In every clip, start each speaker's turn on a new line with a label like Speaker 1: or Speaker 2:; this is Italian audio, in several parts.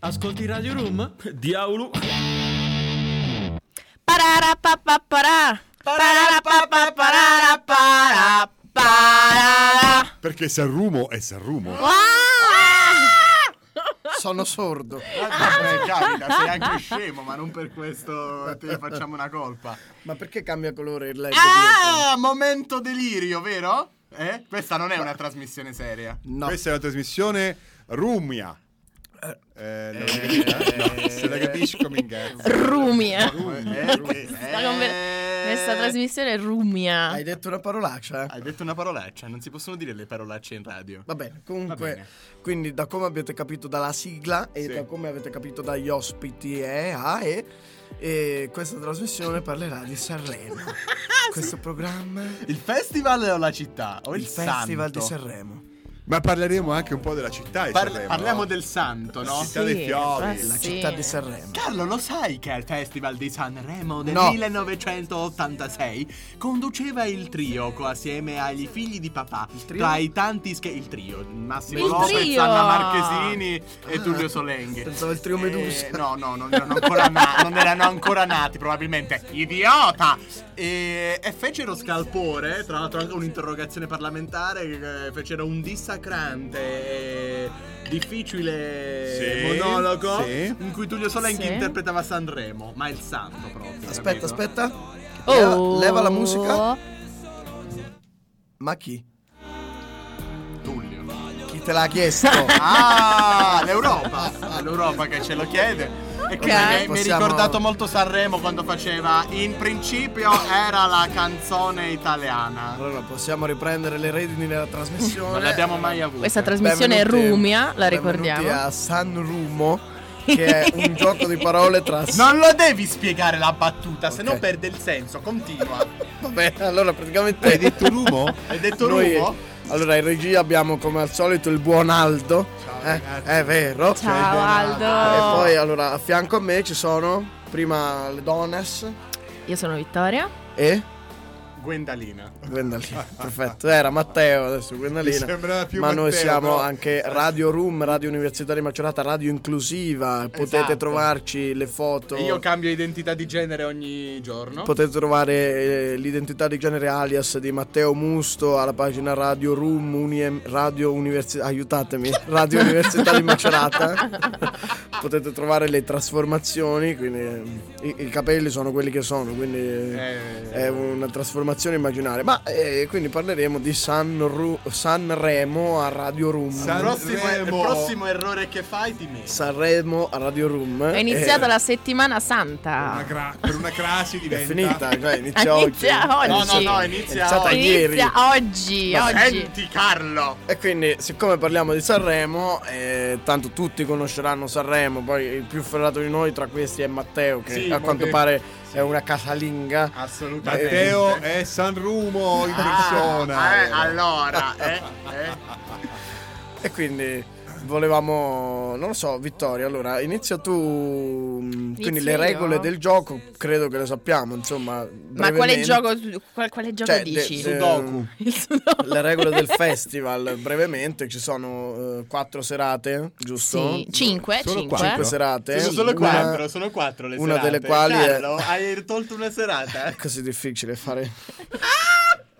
Speaker 1: Ascolti Radio Room?
Speaker 2: Diavolo.
Speaker 3: Pararapapapara. Pararapapapara. Parara.
Speaker 4: Perché Sanrumo è Sanrumo.
Speaker 5: Sono sordo.
Speaker 3: Ah.
Speaker 6: capita, sei anche scemo, ma non per questo te ne facciamo una colpa.
Speaker 5: Ma perché cambia colore il LED?
Speaker 6: Ah, momento delirio, vero? Eh? Questa non è una trasmissione seria.
Speaker 5: dietro? No.
Speaker 4: Questa è la trasmissione Rumia. Eh, no, no, se la capisci come ingazza.
Speaker 3: Rumia.
Speaker 6: Eh, che-
Speaker 3: Sta conver- Questa trasmissione è rumia.
Speaker 5: Hai detto una parolaccia? eh?
Speaker 6: Hai detto una parolaccia, non si possono dire le parolacce in radio.
Speaker 5: Va bene, comunque,
Speaker 6: Va bene.
Speaker 5: quindi da come avete capito dalla sigla e
Speaker 4: Sì.
Speaker 5: da come avete capito dagli ospiti e a e, e questa trasmissione parlerà di Sanremo. Questo programma
Speaker 6: Il festival o la città? O Oh, il,
Speaker 5: il, Festival
Speaker 6: santo?
Speaker 5: di Sanremo.
Speaker 4: Ma parleremo anche un po' della città di
Speaker 6: Parla-
Speaker 4: Sanremo,
Speaker 6: parliamo
Speaker 4: no?
Speaker 6: del santo,
Speaker 4: La
Speaker 6: no?
Speaker 4: città dei fiori.
Speaker 3: eh
Speaker 5: La
Speaker 3: sì.
Speaker 5: città di Sanremo.
Speaker 6: Carlo, lo sai che al Festival di Sanremo del
Speaker 5: No.
Speaker 6: 1986 conduceva il trio co- assieme agli figli di papà
Speaker 5: trio?
Speaker 6: tra i tanti che il trio Massimo
Speaker 3: Il
Speaker 6: Lopez,
Speaker 3: trio!
Speaker 6: Anna Marchesini e Tullio Solenghi.
Speaker 5: Ah.
Speaker 6: Eh,
Speaker 5: Pensavo il trio Medusa.
Speaker 6: no, no, non erano ancora, na- non erano ancora nati, probabilmente. Idiota! E, e fecero scalpore, tra l'altro anche un'interrogazione parlamentare, eh, fecero un dissacrante e difficile
Speaker 4: Sì,
Speaker 6: monologo
Speaker 4: sì.
Speaker 6: in cui Tullio Solenghi
Speaker 3: Sì.
Speaker 6: interpretava Sanremo, ma il santo proprio.
Speaker 5: Aspetta,
Speaker 6: capito?
Speaker 5: aspetta.
Speaker 3: Oh.
Speaker 5: Leva, leva la musica. Ma chi?
Speaker 6: Tullio.
Speaker 5: Chi te l'ha chiesto?
Speaker 6: Ah, l'Europa! È L'Europa che ce lo chiede. E quindi mi- mi,
Speaker 5: Possiamo-
Speaker 6: ha ricordato molto Sanremo quando faceva In principio era la canzone italiana.
Speaker 5: Allora possiamo riprendere le redini della trasmissione.
Speaker 6: Non l'abbiamo mai avuta.
Speaker 3: Questa trasmissione è
Speaker 5: Benvenuti-
Speaker 3: rumia, la
Speaker 5: benvenuti
Speaker 3: ricordiamo.
Speaker 5: a Sanrumo, che è un gioco di parole tra
Speaker 6: Non lo devi spiegare la battuta, se no
Speaker 5: Ok.
Speaker 6: perde il senso. Continua.
Speaker 5: Vabbè, allora praticamente
Speaker 4: Hai detto Rumo?
Speaker 6: Hai detto
Speaker 5: Noi-
Speaker 6: Rumo?
Speaker 5: Allora in regia abbiamo come al solito il buon Aldo. eh, è vero.
Speaker 3: Ciao
Speaker 5: E
Speaker 3: Aldo.
Speaker 5: poi allora a fianco a me ci sono prima le Dones
Speaker 3: Io sono Vittoria.
Speaker 5: e
Speaker 6: Gwendalina.
Speaker 5: Gwendalina. Perfetto, era Matteo adesso
Speaker 4: Mi
Speaker 5: Gwendalina.
Speaker 4: sembrava più
Speaker 5: ma noi
Speaker 4: Matteo,
Speaker 5: siamo
Speaker 4: però.
Speaker 5: anche Radio Room, Radio Università di Macerata, Radio Inclusiva. Potete
Speaker 6: Esatto.
Speaker 5: trovarci le foto.
Speaker 6: E io cambio identità di genere ogni giorno.
Speaker 5: Potete trovare eh, l'identità di genere alias di Matteo Musto alla pagina Radio Room Uniem- Radio Università aiutatemi Radio Università di Macerata potete trovare le trasformazioni quindi eh, i, i capelli sono quelli che sono quindi eh,
Speaker 6: Eh,
Speaker 5: è una trasformazione immaginaria ma eh, quindi parleremo di San Ru- Sanremo a Radio Room
Speaker 6: il, prossimo, il
Speaker 4: Sanremo.
Speaker 6: prossimo errore che fai ti metto.
Speaker 5: Sanremo a Radio Room
Speaker 3: È iniziata
Speaker 5: Eh,
Speaker 3: la settimana
Speaker 4: Una
Speaker 3: santa.
Speaker 4: cra- per una crasi
Speaker 5: è
Speaker 4: diventa...
Speaker 5: finita cioè inizia oggi
Speaker 3: Inizia oggi.
Speaker 6: No, no, no,
Speaker 5: è
Speaker 6: inizia
Speaker 5: iniziata
Speaker 6: oggi.
Speaker 5: ieri
Speaker 3: Inizia oggi,
Speaker 5: eh,
Speaker 3: oggi.
Speaker 6: Senti Carlo.
Speaker 5: E quindi, siccome parliamo di Sanremo, eh, tanto tutti conosceranno Sanremo, poi il più ferrato di noi tra questi è Matteo, che
Speaker 6: Sì,
Speaker 5: a quanto
Speaker 6: Matteo.
Speaker 5: pare è una casalinga.
Speaker 6: Assolutamente.
Speaker 4: Matteo è Sanrumo in persona.
Speaker 6: Ah, eh, allora, eh, eh.
Speaker 5: E quindi volevamo, non lo so, Vittorio, allora inizia tu. mh, quindi le
Speaker 3: io?
Speaker 5: regole del gioco credo che le sappiamo, insomma.
Speaker 3: Ma quale
Speaker 5: brevemente.
Speaker 3: gioco, qual- quale gioco
Speaker 5: Cioè, de-
Speaker 3: dici?
Speaker 5: de-
Speaker 6: Sudoku.
Speaker 3: Il Sudoku.
Speaker 5: Le regole del festival, brevemente, ci sono eh, quattro serate, giusto?
Speaker 3: Sì, 5,
Speaker 4: Solo
Speaker 3: 5.
Speaker 5: Cinque
Speaker 4: quattro.
Speaker 5: serate.
Speaker 6: sono solo
Speaker 5: Una-
Speaker 6: quattro, sono quattro le
Speaker 5: una
Speaker 6: serate.
Speaker 5: delle quali è-
Speaker 6: Carlo, hai tolto una serata.
Speaker 5: È così difficile fare.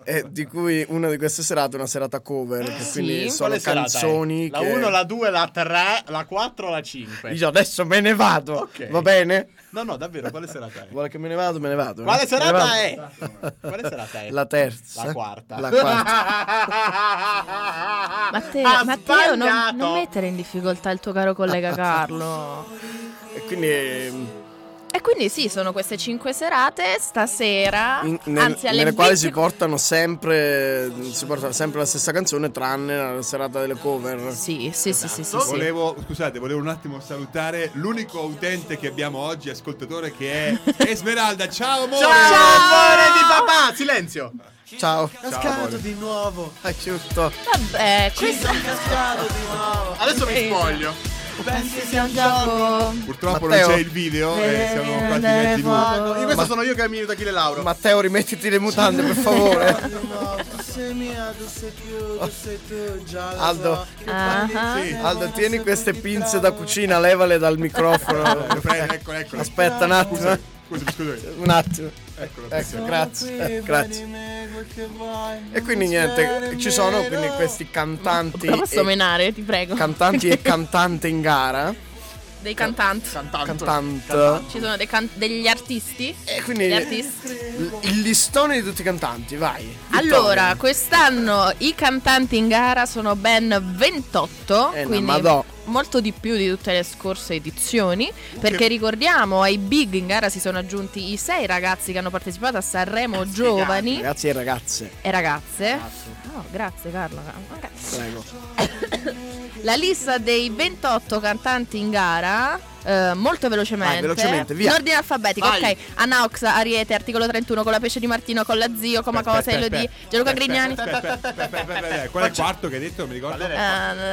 Speaker 5: Eh, di cui una di queste serate è una serata cover, che
Speaker 3: Sì.
Speaker 5: quindi sono
Speaker 6: Quale serata è?
Speaker 5: canzoni
Speaker 6: La
Speaker 5: che...
Speaker 6: 1, la 2, la 3, la 4, la 5.
Speaker 5: Io adesso me ne vado,
Speaker 6: Ok.
Speaker 5: va bene?
Speaker 6: No, no, davvero, quale serata è?
Speaker 5: Vuole che me ne vado, me ne vado. eh.
Speaker 6: Quale
Speaker 5: Me ne vado.
Speaker 6: serata è? Quale serata è?
Speaker 5: La terza.
Speaker 6: La quarta.
Speaker 5: La quarta.
Speaker 3: Matteo,
Speaker 5: Ah,
Speaker 6: Ha
Speaker 3: Matteo non,
Speaker 6: sbagliato.
Speaker 3: non mettere in difficoltà il tuo caro collega Carlo.
Speaker 5: e quindi ehm,
Speaker 3: E quindi sì, sono queste 5 serate stasera,
Speaker 5: in- nel-
Speaker 3: Ah, anzi alle
Speaker 5: nelle quali
Speaker 3: 20
Speaker 5: si portano sempre si porta sempre la stessa canzone tranne la serata delle cover.
Speaker 3: Sì, sì, sì, sì, sì, sì.
Speaker 5: Esatto.
Speaker 4: Volevo, scusate, volevo un attimo salutare l'unico utente che abbiamo oggi, ascoltatore, che è Esmeralda. Ciao amore!
Speaker 6: Ciao, amore di papà! Silenzio!
Speaker 5: Ciao. Eh,
Speaker 4: amore.
Speaker 6: di nuovo!
Speaker 5: Aiuto.
Speaker 3: Vabbè, questo
Speaker 6: Adesso mi spoglio. Pensi sia un gioco?
Speaker 4: Purtroppo
Speaker 5: Matteo.
Speaker 4: non c'è il video e siamo quasi metti nulla.
Speaker 6: Io questo sono io Camillo da Achille Lauro.
Speaker 5: Matteo, rimettiti le mutande, per favore.
Speaker 6: sei mia, tu sei più, tu sei tu, già lo
Speaker 5: Aldo.
Speaker 6: so.
Speaker 3: Ah,
Speaker 4: Sì.
Speaker 5: Aldo, tieni queste pinze da cucina, levale dal microfono.
Speaker 4: Eh, prego, eccolo, eccolo.
Speaker 5: Aspetta un attimo. eh.
Speaker 4: Scusami, scusami.
Speaker 5: Un attimo.
Speaker 4: Eccolo.
Speaker 5: Ecco, grazie. eh, Grazie. E quindi niente, ci sono quindi questi cantanti
Speaker 3: La posso
Speaker 5: e,
Speaker 3: menare, ti prego.
Speaker 5: cantanti e cantante in gara.
Speaker 3: dei cantanti.
Speaker 5: Cantante.
Speaker 3: Ci sono dei can- degli artisti.
Speaker 5: E
Speaker 3: Degli
Speaker 5: quindi
Speaker 3: artisti.
Speaker 5: il il listone di tutti i cantanti, vai. Vittorio.
Speaker 3: Allora, quest'anno i cantanti in gara sono ben 28,
Speaker 5: Eh, no,
Speaker 3: quindi
Speaker 5: madò.
Speaker 3: molto di più di tutte le scorse edizioni, perché ricordiamo ai big in gara si sono aggiunti i sei ragazzi che hanno partecipato a Sanremo
Speaker 5: Ah,
Speaker 6: Ragazzi,
Speaker 3: giovani
Speaker 5: Ragazzi e ragazze,
Speaker 3: e ragazze.
Speaker 5: Ah,
Speaker 3: Oh, grazie Carlo. Ok.
Speaker 5: prego.
Speaker 3: La lista dei 28 cantanti in gara eh, molto velocemente,
Speaker 5: Vai, velocemente, via.
Speaker 3: in ordine alfabetico,
Speaker 6: Vai.
Speaker 3: ok. Anox, Ariete, articolo 31 con la pesce di Martino, con la zio, con Macosa,
Speaker 4: Aspetta, aspetta,
Speaker 3: Elodie,
Speaker 4: aspetta,
Speaker 3: Gianluca
Speaker 4: aspetta,
Speaker 3: Grignani.
Speaker 4: aspetta, aspetta, aspetta, aspetta, aspetta. Qual è il quarto che hai detto? Non Mi ricordo.
Speaker 6: Vale,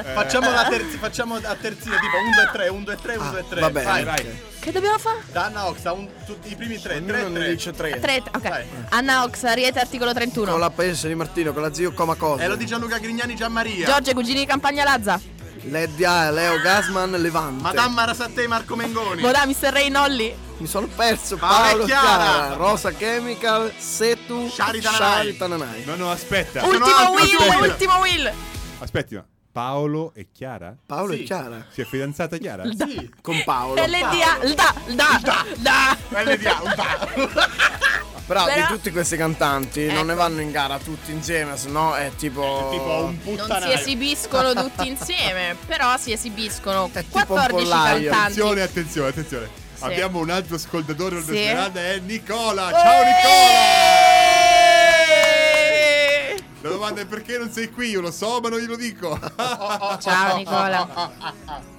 Speaker 3: Eh,
Speaker 6: Facciamo la terzi- facciamo a terzina, tipo 1, 2, 3, 1, 2, 3, 1, 2, 3.
Speaker 5: Ah, va bene.
Speaker 4: Vai,
Speaker 6: Vai,
Speaker 4: vai.
Speaker 3: che dobbiamo fare?
Speaker 6: Danna Oxa, un- tutti i primi tre,
Speaker 5: Ognuno
Speaker 6: 3,
Speaker 5: ne
Speaker 6: 3.
Speaker 5: dice tre.
Speaker 3: Tre- ok.
Speaker 6: Vai.
Speaker 3: Anna Ox, Ariete, articolo 31.
Speaker 5: Con la PS di Martino, con la zio Coma
Speaker 6: E lo
Speaker 5: Cosa.
Speaker 6: di Gianluca Grignani, Gianmaria.
Speaker 3: Giorgio, cugini di Campagna Lazza.
Speaker 5: Lady A, Leo Gasman, Levante.
Speaker 6: Madamma Rasattei, Marco Mengoni.
Speaker 3: Modà, Mr. Ray, Nolli.
Speaker 5: Mi sono perso
Speaker 6: Paola
Speaker 5: Paolo
Speaker 6: e Chiara.
Speaker 5: Chiara, Rosa Chemical, Setu,
Speaker 6: Shari Tananai.
Speaker 5: Shari Tananai.
Speaker 4: No, no, aspetta.
Speaker 3: Ultimo
Speaker 6: altro,
Speaker 3: Will,
Speaker 6: aspetta.
Speaker 3: ultimo Will.
Speaker 4: Aspetti, ma Paolo e Chiara?
Speaker 5: Paolo
Speaker 6: Sì.
Speaker 5: e Chiara.
Speaker 4: Si è fidanzata Chiara?
Speaker 6: Sì.
Speaker 5: Con Paolo.
Speaker 3: Eh, LDA, LDA, LDA, LDA.
Speaker 6: LDA, un pa-
Speaker 5: Però,
Speaker 3: eh, Però-
Speaker 5: di tutti questi cantanti non ne
Speaker 3: Ecco.
Speaker 5: vanno in gara tutti insieme, se no è tipo.
Speaker 6: Tipo un
Speaker 3: Non si
Speaker 6: puttanaio.
Speaker 3: esibiscono tutti insieme, però si esibiscono
Speaker 5: È tipo un
Speaker 3: 14
Speaker 5: pollaio.
Speaker 4: Attenzione,
Speaker 3: cantanti.
Speaker 4: attenzione, attenzione. Abbiamo un altro ascoltatore
Speaker 3: Sì.
Speaker 4: sì. è Nicola. Ciao Nicola!
Speaker 3: Eh!
Speaker 4: La domanda è perché non sei qui? Io lo so, ma non glielo dico.
Speaker 3: Ciao Nicola.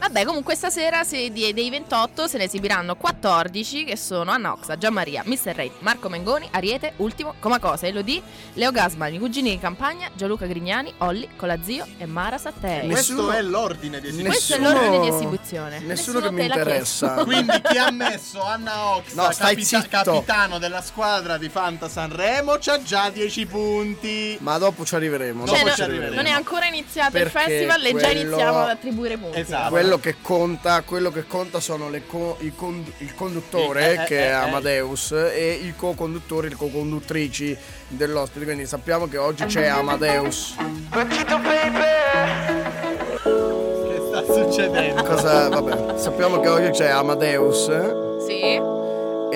Speaker 3: Vabbè, comunque stasera se di- dei 28 se ne esibiranno 14 che sono Annoxa, Gianmaria, Mr. Ray, Marco Mengoni, Ariete, Ultimo, Comacosa, Elodie, Leo Gasman, i cugini di campagna, Gianluca Grignani, Olli, Colazio e Mara Sattei.
Speaker 5: Ness-
Speaker 6: Questo
Speaker 5: Nessuno-
Speaker 6: è l'ordine di esibizione.
Speaker 3: Questo è
Speaker 5: nessuno-
Speaker 3: l'ordine di esibizione.
Speaker 5: Nessuno, che mi
Speaker 3: te l'ha
Speaker 5: interessa.
Speaker 6: Quindi chi ha messo Anna Ox,
Speaker 5: No, stai zitto.
Speaker 6: capitano della squadra di Fanta Sanremo, c'ha già 10 punti.
Speaker 5: Ma dopo ci arriveremo.
Speaker 6: Cioè,
Speaker 5: dopo
Speaker 3: Cioè,
Speaker 5: ci
Speaker 6: ci
Speaker 3: no-
Speaker 5: arriveremo.
Speaker 3: non è ancora iniziato
Speaker 5: Perché
Speaker 3: il festival e già
Speaker 5: quello-
Speaker 3: iniziamo ad attribuire punti.
Speaker 6: Esatto.
Speaker 5: Quello che conta, quello che conta sono le co- i con- il conduttore
Speaker 6: Eh, eh,
Speaker 5: che è
Speaker 6: eh, eh.
Speaker 5: Amadeus e i co-conduttori, le co-conduttrici dell'ospite. Quindi sappiamo che oggi c'è Amadeus.
Speaker 6: Che sta succedendo?
Speaker 5: Cosa, vabbè, sappiamo che oggi c'è Amadeus e
Speaker 3: Sì.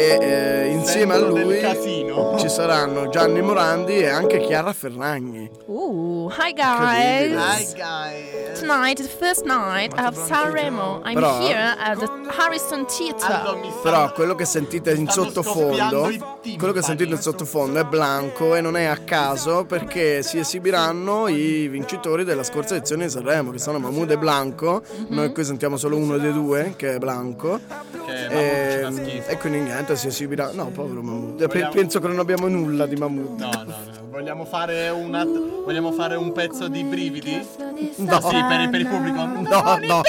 Speaker 5: eh, insieme a
Speaker 6: Sento del
Speaker 5: lui
Speaker 6: casino.
Speaker 5: ci saranno Gianni Morandi e anche Chiara Ferragni.
Speaker 3: Uh, hi
Speaker 5: Incredibile.
Speaker 3: guys.
Speaker 6: Hi guys.
Speaker 3: Tonight is the first night of Sanremo. I'm
Speaker 5: Però-
Speaker 3: here at the Harrison
Speaker 6: Aldo,
Speaker 3: Theatre.
Speaker 6: mi sta-
Speaker 5: Cioè, Però quello che sentite in
Speaker 6: Stanno
Speaker 5: sottofondo,
Speaker 6: scoppiando i timpani.
Speaker 5: quello che sentite in sottofondo è Blanco e non è a caso perché si esibiranno i vincitori della scorsa edizione di Sanremo, che sono Mahmood e Blanco.
Speaker 6: Mhm.
Speaker 5: Noi qui sentiamo solo uno dei due, che è Blanco.
Speaker 6: Perché
Speaker 5: E,
Speaker 6: Mahmood ci fa schifo.
Speaker 5: e quindi niente, si esibirà. No, povero Mahmood. Pe-
Speaker 6: Vogliamo-
Speaker 5: Penso che non abbiamo nulla di Mahmood.
Speaker 6: No, no, no. Vogliamo fare, una... Vogliamo fare un pezzo di brividi?
Speaker 5: No.
Speaker 6: Sì, per, per il pubblico.
Speaker 5: No, no.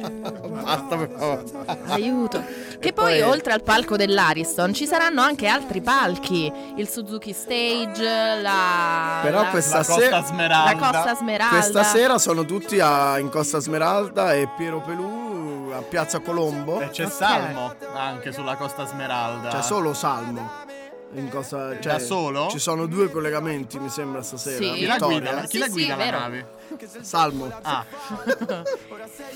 Speaker 5: Basta, per favore.
Speaker 3: Aiuto. Che
Speaker 5: E
Speaker 3: poi
Speaker 5: poi-
Speaker 3: oltre al palco dell'Ariston ci saranno anche altri palchi, il Suzuki Stage, la
Speaker 5: Però
Speaker 3: la,
Speaker 5: questa
Speaker 6: La Costa
Speaker 5: sera.
Speaker 3: la
Speaker 6: Smeralda.
Speaker 3: Costa Smeralda.
Speaker 5: Questa sera sono tutti a- in Costa Smeralda e Piero Pelù a Piazza Colombo.
Speaker 6: E c'è
Speaker 3: Ok.
Speaker 6: Salmo anche sulla Costa Smeralda.
Speaker 5: C'è Cioè, solo Salmo. In cosa, cioè,
Speaker 6: Da solo?
Speaker 5: Ci sono due collegamenti, mi sembra, stasera.
Speaker 3: Sì. Eh.
Speaker 6: Chi la
Speaker 5: Vittoria.
Speaker 6: guida? Chi la
Speaker 3: Sì, sì,
Speaker 6: guida la
Speaker 3: vero.
Speaker 6: nave?
Speaker 5: Salmo.
Speaker 6: Ah.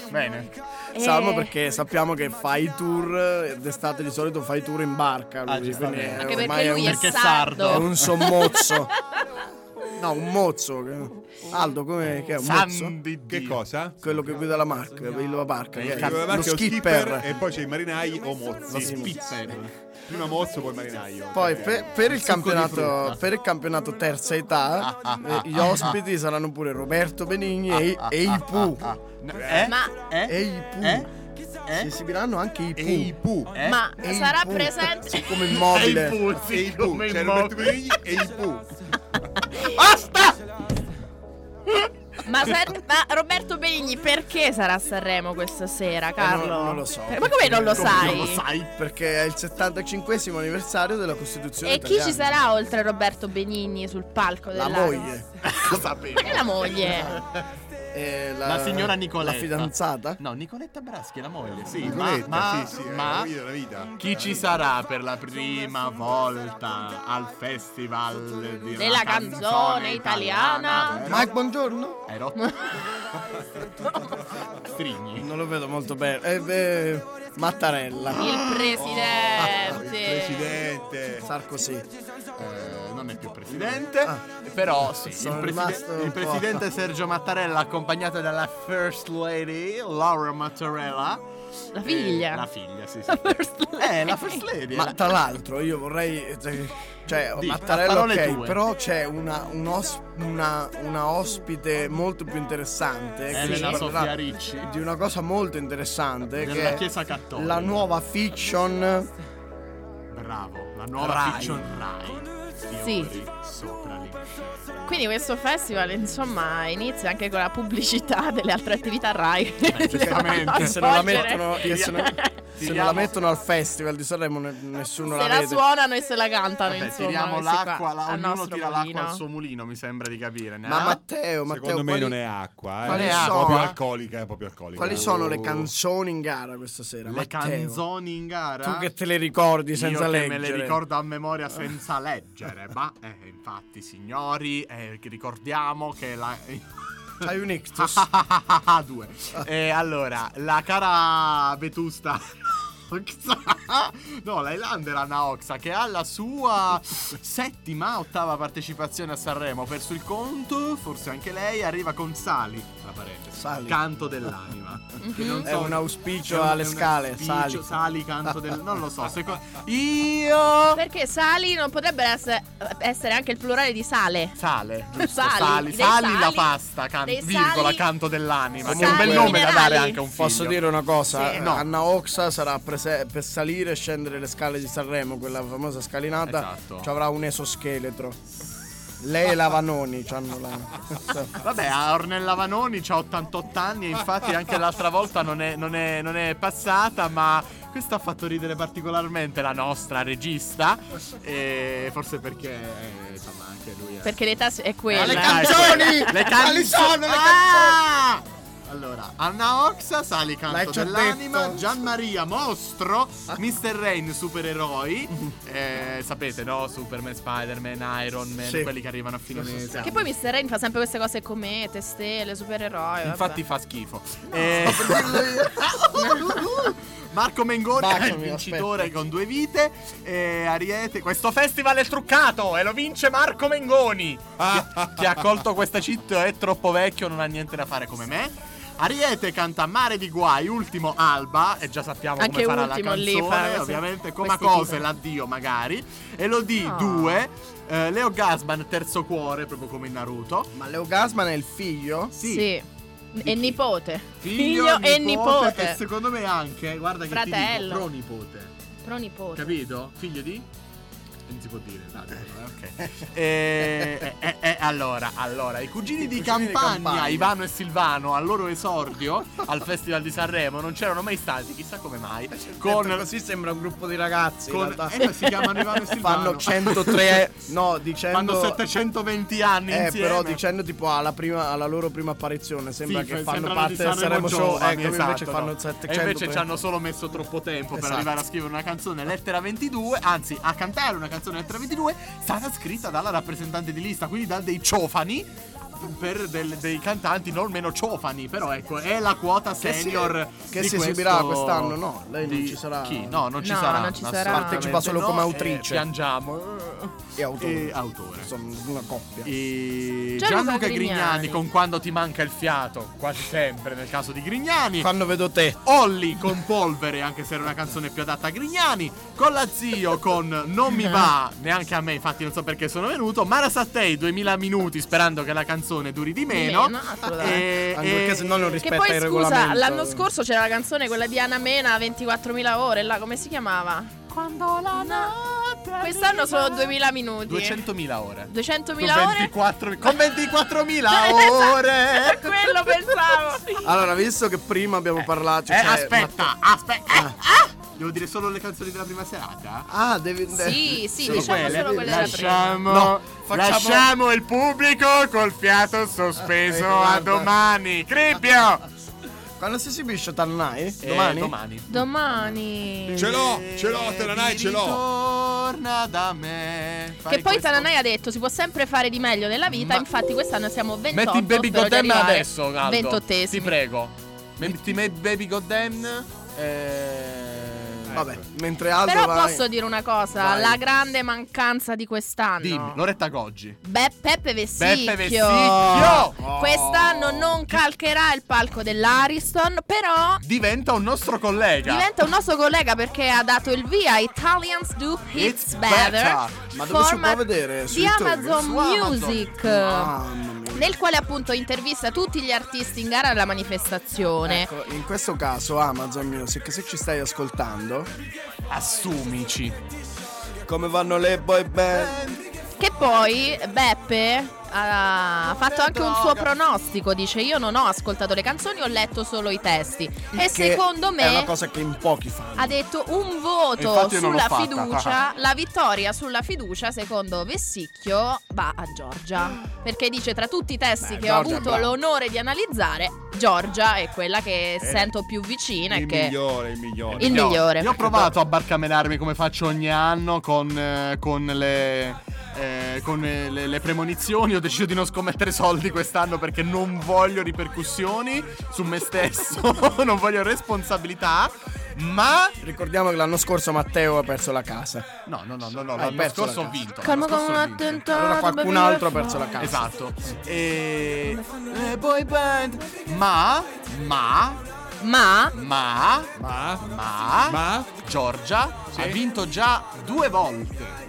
Speaker 6: Bene.
Speaker 3: Eh,
Speaker 5: Salmo perché sappiamo che fa i tour, eh, d'estate di solito fa i tour in barca. Lui,
Speaker 6: Ah, giustamente.
Speaker 5: quindi è
Speaker 3: Anche
Speaker 5: ormai
Speaker 3: perché lui
Speaker 5: è
Speaker 3: è,
Speaker 5: un,
Speaker 6: perché è
Speaker 3: sardo.
Speaker 5: è un sommozzo. no, un mozzo. che- Aldo, come che è? Un mozzo?
Speaker 6: Sandi
Speaker 4: che
Speaker 6: Dio.
Speaker 4: cosa?
Speaker 5: Quello che guida la marca, la barca. che è
Speaker 4: Arriva
Speaker 5: lo
Speaker 4: davanti lo
Speaker 5: skipper.
Speaker 4: e poi c'è i marinai o
Speaker 5: Lo
Speaker 4: mozzi.
Speaker 5: skipper.
Speaker 6: Pizzer.
Speaker 4: Prima mozzo, poi marinaio.
Speaker 5: Poi
Speaker 4: Perché-
Speaker 5: per, per il
Speaker 6: Eh, succo di
Speaker 5: campionato,
Speaker 6: frutta.
Speaker 5: per il campionato terza età,
Speaker 6: Ah,
Speaker 5: eh,
Speaker 6: ah,
Speaker 5: gli
Speaker 6: ah,
Speaker 5: ospiti saranno pure Roberto Benigni e, e i Pooh.
Speaker 6: No, Eh?
Speaker 3: Ma-
Speaker 6: Eh?
Speaker 5: E i Pooh.
Speaker 6: Eh?
Speaker 5: Si
Speaker 6: Eh?
Speaker 5: esibiranno anche i
Speaker 4: E i
Speaker 5: Pooh.
Speaker 4: Pooh.
Speaker 6: Eh?
Speaker 3: Ma
Speaker 5: E i
Speaker 3: sarà
Speaker 5: Pooh.
Speaker 3: presente
Speaker 5: Come
Speaker 6: E i
Speaker 5: immobile.
Speaker 6: Pooh,
Speaker 4: E i
Speaker 6: sì,
Speaker 4: Pooh.
Speaker 6: come
Speaker 5: Cioè,
Speaker 4: C'è
Speaker 6: il
Speaker 4: Roberto
Speaker 6: mo-
Speaker 4: Benigni e i Pooh.
Speaker 6: Basta!
Speaker 3: Ma, Fer- ma Roberto Benigni perché sarà a Sanremo questa sera, Carlo?
Speaker 5: Eh, non- non lo so.
Speaker 3: Per- Ma come non lo
Speaker 6: Come Non
Speaker 3: sai?
Speaker 6: lo sai.
Speaker 5: Perché è il 75 anniversario della Costituzione
Speaker 3: E chi
Speaker 5: italiana.
Speaker 3: ci sarà oltre Roberto Benigni sul palco
Speaker 5: La
Speaker 3: dell'Anos?
Speaker 5: moglie.
Speaker 6: Lo sapevo.
Speaker 3: Ma che la moglie?
Speaker 5: Eh,
Speaker 6: La signora Nicoletta.
Speaker 5: La fidanzata?
Speaker 6: No, Nicoletta Braschi, la moglie. Sì,
Speaker 4: Nicoletta,
Speaker 6: ma, ma-
Speaker 4: sì, sì, è la
Speaker 6: ma
Speaker 5: eh,
Speaker 4: vita della vita.
Speaker 6: chi ci sarà per la prima volta al festival di-
Speaker 3: Della canzone italiana?
Speaker 5: Mike, buongiorno.
Speaker 6: Hai rotto? Strigni.
Speaker 5: Non lo vedo molto bene. Eh, beh, Mattarella.
Speaker 3: Il
Speaker 6: Ah.
Speaker 3: presidente.
Speaker 4: Il presidente.
Speaker 5: Sarkozy.
Speaker 6: Eh, non è più presidente, però sì, il,
Speaker 5: Ah. Sono
Speaker 6: preside-
Speaker 5: rimasto un
Speaker 6: il
Speaker 5: po'.
Speaker 6: presidente Sergio Mattarella accompagnato dalla First Lady Laura Mattarella.
Speaker 3: La figlia.
Speaker 6: Eh, la figlia, sì, sì.
Speaker 3: La first lady.
Speaker 6: Eh, la First Lady.
Speaker 5: Ma tra l'altro io vorrei... Cioè,
Speaker 6: Di-
Speaker 5: Mattarella
Speaker 6: parole
Speaker 5: ok,
Speaker 6: tue.
Speaker 5: però c'è una, un os- una- una ospite molto più interessante. che
Speaker 6: Eh, Elena
Speaker 5: ci parlerà
Speaker 6: Sofia Ricci.
Speaker 5: Di una cosa molto interessante.
Speaker 6: Della
Speaker 5: che è
Speaker 6: Chiesa Cattolica.
Speaker 5: La nuova fiction...
Speaker 6: Bravo, la nuova
Speaker 5: Rai.
Speaker 6: fiction Rai. Fiori Sopra lì. Eh.
Speaker 3: Quindi questo festival, insomma, inizia anche con la pubblicità delle altre attività
Speaker 6: Eh,
Speaker 3: Rai.
Speaker 6: giustamente.
Speaker 3: Ah,
Speaker 5: Che se non la
Speaker 3: Svolgere.
Speaker 5: mettono, che se non- se non la mettono al festival di Sanremo ne- nessuno
Speaker 3: Se
Speaker 5: la
Speaker 3: la
Speaker 5: vede.
Speaker 3: suonano e se la cantano,
Speaker 6: Vabbè,
Speaker 3: insomma.
Speaker 6: tiriamo
Speaker 3: questi qua,
Speaker 6: l'acqua, la,
Speaker 3: al
Speaker 6: ognuno
Speaker 3: nostro
Speaker 6: tira
Speaker 3: mulino.
Speaker 6: l'acqua al suo mulino, mi sembra di capire. no?
Speaker 5: Ma Matteo, Matteo,
Speaker 4: Secondo me
Speaker 5: quali,
Speaker 4: non è acqua, eh.
Speaker 5: quali
Speaker 4: è
Speaker 5: sono-
Speaker 4: proprio alcolica, è proprio alcolica.
Speaker 5: quali sono le
Speaker 4: Oh.
Speaker 5: canzoni in gara questa sera?
Speaker 6: le
Speaker 5: Matteo?
Speaker 6: canzoni in gara?
Speaker 5: Tu che te le ricordi senza
Speaker 6: Io che
Speaker 5: leggere.
Speaker 6: me le ricordo a memoria senza leggere. Ma eh, infatti, signori, eh, ricordiamo che la.
Speaker 5: Hai un ictus.
Speaker 6: Due. Eh, allora, la cara vetusta. Naoxa- No, la Highlander Naoxa che ha la sua settima, ottava partecipazione a Sanremo. Perso il conto, forse anche lei arriva con Sali, tra parentesi.
Speaker 5: Sali.
Speaker 6: Canto dell'anima.
Speaker 3: Mhm.
Speaker 6: Che non
Speaker 5: È
Speaker 6: so-
Speaker 5: un auspicio
Speaker 6: è un-
Speaker 5: alle
Speaker 6: è un
Speaker 5: scale,
Speaker 6: auspicio,
Speaker 5: Sali.
Speaker 6: canto del... Non lo so. secondo- Io...
Speaker 3: Perché sali non potrebbe essere, essere anche il plurale di sale.
Speaker 6: Sale, giusto, sali,
Speaker 3: Sali, dei
Speaker 6: sali, la
Speaker 3: sali,
Speaker 6: pasta, can-
Speaker 3: dei
Speaker 6: virgola,
Speaker 3: sali-
Speaker 6: canto dell'anima. Che
Speaker 5: sali
Speaker 6: è un bel nome da
Speaker 3: minerali.
Speaker 6: dare anche a un figlio.
Speaker 5: Posso dire una cosa?
Speaker 3: Sì.
Speaker 5: Eh,
Speaker 6: No.
Speaker 5: Anna Oxa sarà prese- per salire e scendere le scale di Sanremo, quella famosa scalinata.
Speaker 6: Esatto.
Speaker 5: Ci avrà un esoscheletro. Lei e la Vanoni c'hanno la.
Speaker 6: Ah, Vabbè, a Ornella Vanoni c'ha 88 anni e infatti anche l'altra volta non è, non è- non è passata, ma questo ha fatto ridere particolarmente la nostra regista. E forse perché, eh, insomma, anche lui è...
Speaker 3: Perché l'età è
Speaker 6: Ah,
Speaker 3: quella.
Speaker 6: le
Speaker 5: Eh, canzoni!
Speaker 6: Le
Speaker 5: Quali sono le
Speaker 6: canzoni? Ah! Allora, Anna Oxa, Sali Canto
Speaker 5: L'hai già
Speaker 6: dell'anima,
Speaker 5: detto. Ah.
Speaker 6: Gianmaria Mostro, Mr. Rain Supereroi,
Speaker 5: Mm-hmm.
Speaker 6: eh, sapete no? Superman, Spider-Man, Iron Man,
Speaker 5: Sì.
Speaker 6: quelli che arrivano a fine mese.
Speaker 3: Che poi Mr. Rain fa sempre queste cose comete, stelle, supereroi. vabbè.
Speaker 6: Infatti fa schifo. Eh, Marco Mengoni è il
Speaker 5: Baciami,
Speaker 6: vincitore con due vite. eh, Ariete, questo festival è truccato e lo vince Marco Mengoni. Chi- Chi ha colto questa cheat è troppo vecchio, non ha niente da fare come me. Ariete canta Mare di Guai, ultimo Alba, e già sappiamo
Speaker 3: Anche
Speaker 6: come farà la
Speaker 3: ultimo
Speaker 6: canzone,
Speaker 3: lì fa questo-
Speaker 6: ovviamente come
Speaker 3: questi
Speaker 6: cose
Speaker 3: titoli.
Speaker 6: l'addio magari, e lo di
Speaker 3: Ah.
Speaker 6: due, eh, Leo Gasman terzo cuore, proprio come in Naruto,
Speaker 5: Ma Leo Gasman è il figlio?
Speaker 3: Sì. E nipote. e
Speaker 6: E
Speaker 3: nipote.
Speaker 6: secondo me anche, guarda che
Speaker 3: Fratello.
Speaker 6: ti dico, pronipote.
Speaker 3: Pronipote.
Speaker 6: Capito? Figlio di? Non si può dire, dai, ok. Eh, eh, eh, allora, allora, i cugini, di,
Speaker 5: cugini di
Speaker 6: campagna,
Speaker 5: Campania.
Speaker 6: Ivano e Silvano, al loro esordio al Festival di Sanremo, non c'erano mai stati, chissà come mai. Con.
Speaker 5: Detto così sembra un gruppo di ragazzi. in
Speaker 6: con-
Speaker 5: realtà.
Speaker 6: eh, ma si chiamano Ivano e Silvano.
Speaker 5: Fanno 103. no,
Speaker 6: Fanno
Speaker 5: dicendo.
Speaker 6: 720 anni
Speaker 5: Eh,
Speaker 6: insieme.
Speaker 5: però dicendo tipo alla, prima, alla loro prima apparizione sembra
Speaker 6: Sì,
Speaker 5: che
Speaker 6: fe-
Speaker 5: fanno
Speaker 6: sembrano
Speaker 5: parte
Speaker 6: di
Speaker 5: del Sanremo Show,
Speaker 6: Giovani,
Speaker 5: ecco,
Speaker 6: esatto,
Speaker 5: invece
Speaker 6: no.
Speaker 5: fanno
Speaker 6: E
Speaker 5: 700.
Speaker 6: invece ci hanno solo messo troppo tempo per
Speaker 5: Esatto.
Speaker 6: arrivare a scrivere una canzone lettera 22, anzi a cantare una canzone lettera 22, è stata scritta dalla rappresentante di lista, quindi da dei ciofani per del- dei cantanti non meno ciofani, però ecco, è la quota
Speaker 5: Che si-
Speaker 6: senior
Speaker 5: che
Speaker 6: di
Speaker 5: si esibirà
Speaker 6: questo-
Speaker 5: quest'anno, no? Lei non
Speaker 6: di-
Speaker 5: ci sarà.
Speaker 6: Chi? No, non ci
Speaker 3: No,
Speaker 6: sarà.
Speaker 3: non ci sarà.
Speaker 6: assolutamente
Speaker 5: Partecipa solo
Speaker 6: no,
Speaker 5: come
Speaker 6: eh,
Speaker 5: autrice.
Speaker 6: piangiamo.
Speaker 5: E autore.
Speaker 6: E autore.
Speaker 5: Sono una coppia.
Speaker 6: E
Speaker 3: Gianluca
Speaker 6: Gianluca Grignani.
Speaker 3: Grignani.
Speaker 6: con Quando ti manca il fiato, quasi sempre nel caso di Grignani.
Speaker 5: Quando vedo te.
Speaker 6: Olli con Polvere, anche se era una canzone più adatta a Grignani. Con la zio con Non mi va, neanche a me, infatti non so perché sono venuto. Mara Sattei 2000 minuti sperando che la canzone duri di meno.
Speaker 3: meno, assolutamente.
Speaker 6: E-
Speaker 5: Anche perché se no non
Speaker 3: Eh, Che
Speaker 5: rispetta
Speaker 3: poi
Speaker 5: il
Speaker 3: scusa,
Speaker 5: regolamento.
Speaker 3: l'anno scorso c'era la canzone, quella di Anna Mena, 24.000 ore, là, come si chiamava?
Speaker 6: Quando la notte
Speaker 3: Quest'anno sono 2000 minuti.
Speaker 6: 200.000 ore.
Speaker 3: 200.000
Speaker 6: Con
Speaker 3: ore?
Speaker 6: 24 Con 24.000
Speaker 3: Per
Speaker 6: ore.
Speaker 3: quello pensavo.
Speaker 5: Allora, visto che prima abbiamo parlato.
Speaker 6: Eh,
Speaker 5: cioè,
Speaker 6: aspetta, aspetta. eh, ah! Devo dire solo le canzoni della prima serata?
Speaker 5: ma- ah, devi.
Speaker 3: Sì, sì,
Speaker 5: Solo
Speaker 3: diciamo
Speaker 5: quelle?
Speaker 3: solo quelle della prima.
Speaker 6: lasciamo,
Speaker 5: No, facciamo-
Speaker 6: lasciamo il pubblico col fiato
Speaker 5: Eh,
Speaker 6: sospeso a
Speaker 5: guarda.
Speaker 6: domani. Cribbio!
Speaker 5: Quando si esibisce Tannai? Eh,
Speaker 6: Eh,
Speaker 5: domani?
Speaker 6: domani.
Speaker 3: Domani.
Speaker 4: Ce l'ho, ce l'ho, Tananai, ce l'ho.
Speaker 6: Torna da me.
Speaker 3: Che poi Tananai ha detto si può sempre fare di meglio nella vita,
Speaker 6: Ma-
Speaker 3: infatti quest'anno siamo 28
Speaker 6: Metti Baby
Speaker 3: spero di
Speaker 6: Godem
Speaker 3: arrivare
Speaker 6: adesso, Aldo.
Speaker 3: 28esimi.
Speaker 6: Ti prego. Metti me- Baby Godem. eh,
Speaker 5: Vabbè, mentre Aldo
Speaker 3: Però
Speaker 5: vai-
Speaker 3: posso dire una cosa,
Speaker 5: Vai.
Speaker 3: la grande mancanza di quest'anno.
Speaker 6: Dimmi, Loretta Goggi.
Speaker 3: Beh, Peppe Vessicchio.
Speaker 6: Beppe Vessicchio!
Speaker 5: Oh.
Speaker 3: Quest'anno non calcherà il palco dell'Ariston, però
Speaker 6: Diventa un nostro collega.
Speaker 3: diventa un nostro collega perché ha dato il via a Italians Do Hits
Speaker 6: It's
Speaker 3: Better.
Speaker 6: better.
Speaker 5: Ma dove si può
Speaker 3: format
Speaker 5: vedere? Su
Speaker 3: Di
Speaker 5: YouTube?
Speaker 3: Amazon
Speaker 6: Su Amazon.
Speaker 3: Music.
Speaker 5: Mamma mia.
Speaker 3: Nel quale appunto intervista tutti gli artisti in gara alla manifestazione.
Speaker 5: Ecco, in questo caso Amazon Music, se ci stai ascoltando,
Speaker 6: Assumici.
Speaker 5: come vanno le boy band?
Speaker 3: Che poi Beppe ha fatto anche un suo pronostico, dice io non ho ascoltato le canzoni, ho letto solo i testi. E
Speaker 5: Che
Speaker 3: secondo
Speaker 5: È una
Speaker 3: me
Speaker 5: cosa che in pochi fanno.
Speaker 3: ha detto un
Speaker 6: Infatti
Speaker 3: voto
Speaker 6: io non l'ho
Speaker 3: sulla
Speaker 6: fatta.
Speaker 3: fiducia, la vittoria sulla fiducia secondo Vessicchio va a Giorgia, perché dice tra tutti i testi
Speaker 5: Beh,
Speaker 3: che ho
Speaker 5: Giorgia è
Speaker 3: avuto
Speaker 5: brava. Eh,
Speaker 3: l'onore di analizzare, Giorgia è quella che sento più vicina e
Speaker 4: Il
Speaker 3: che...
Speaker 4: migliore, il migliore.
Speaker 3: Il
Speaker 6: Io-
Speaker 3: migliore.
Speaker 6: Io ho provato a barcamenarmi come faccio ogni anno con, eh, con le. eh, con eh, le, le premonizioni ho deciso di non scommettere soldi quest'anno perché non voglio ripercussioni su me stesso, non voglio responsabilità, ma
Speaker 5: Ricordiamo che l'anno scorso Matteo ha perso la casa.
Speaker 6: no, no, no, no, no,
Speaker 5: Hai
Speaker 6: l'anno
Speaker 5: Eh, perso
Speaker 6: scorso
Speaker 5: la
Speaker 6: ho vinto. l'anno
Speaker 3: Calma come un
Speaker 6: scorso ho vinto.
Speaker 3: attentato.
Speaker 5: Allora qualcun
Speaker 3: baby,
Speaker 5: altro ha
Speaker 3: let's
Speaker 5: perso la casa.
Speaker 6: Esatto. E eh, boy band, ma ma
Speaker 3: Ma
Speaker 6: ma
Speaker 4: Ma?
Speaker 6: ma
Speaker 4: Ma?
Speaker 6: Giorgia
Speaker 4: Sì.
Speaker 6: ha vinto già due volte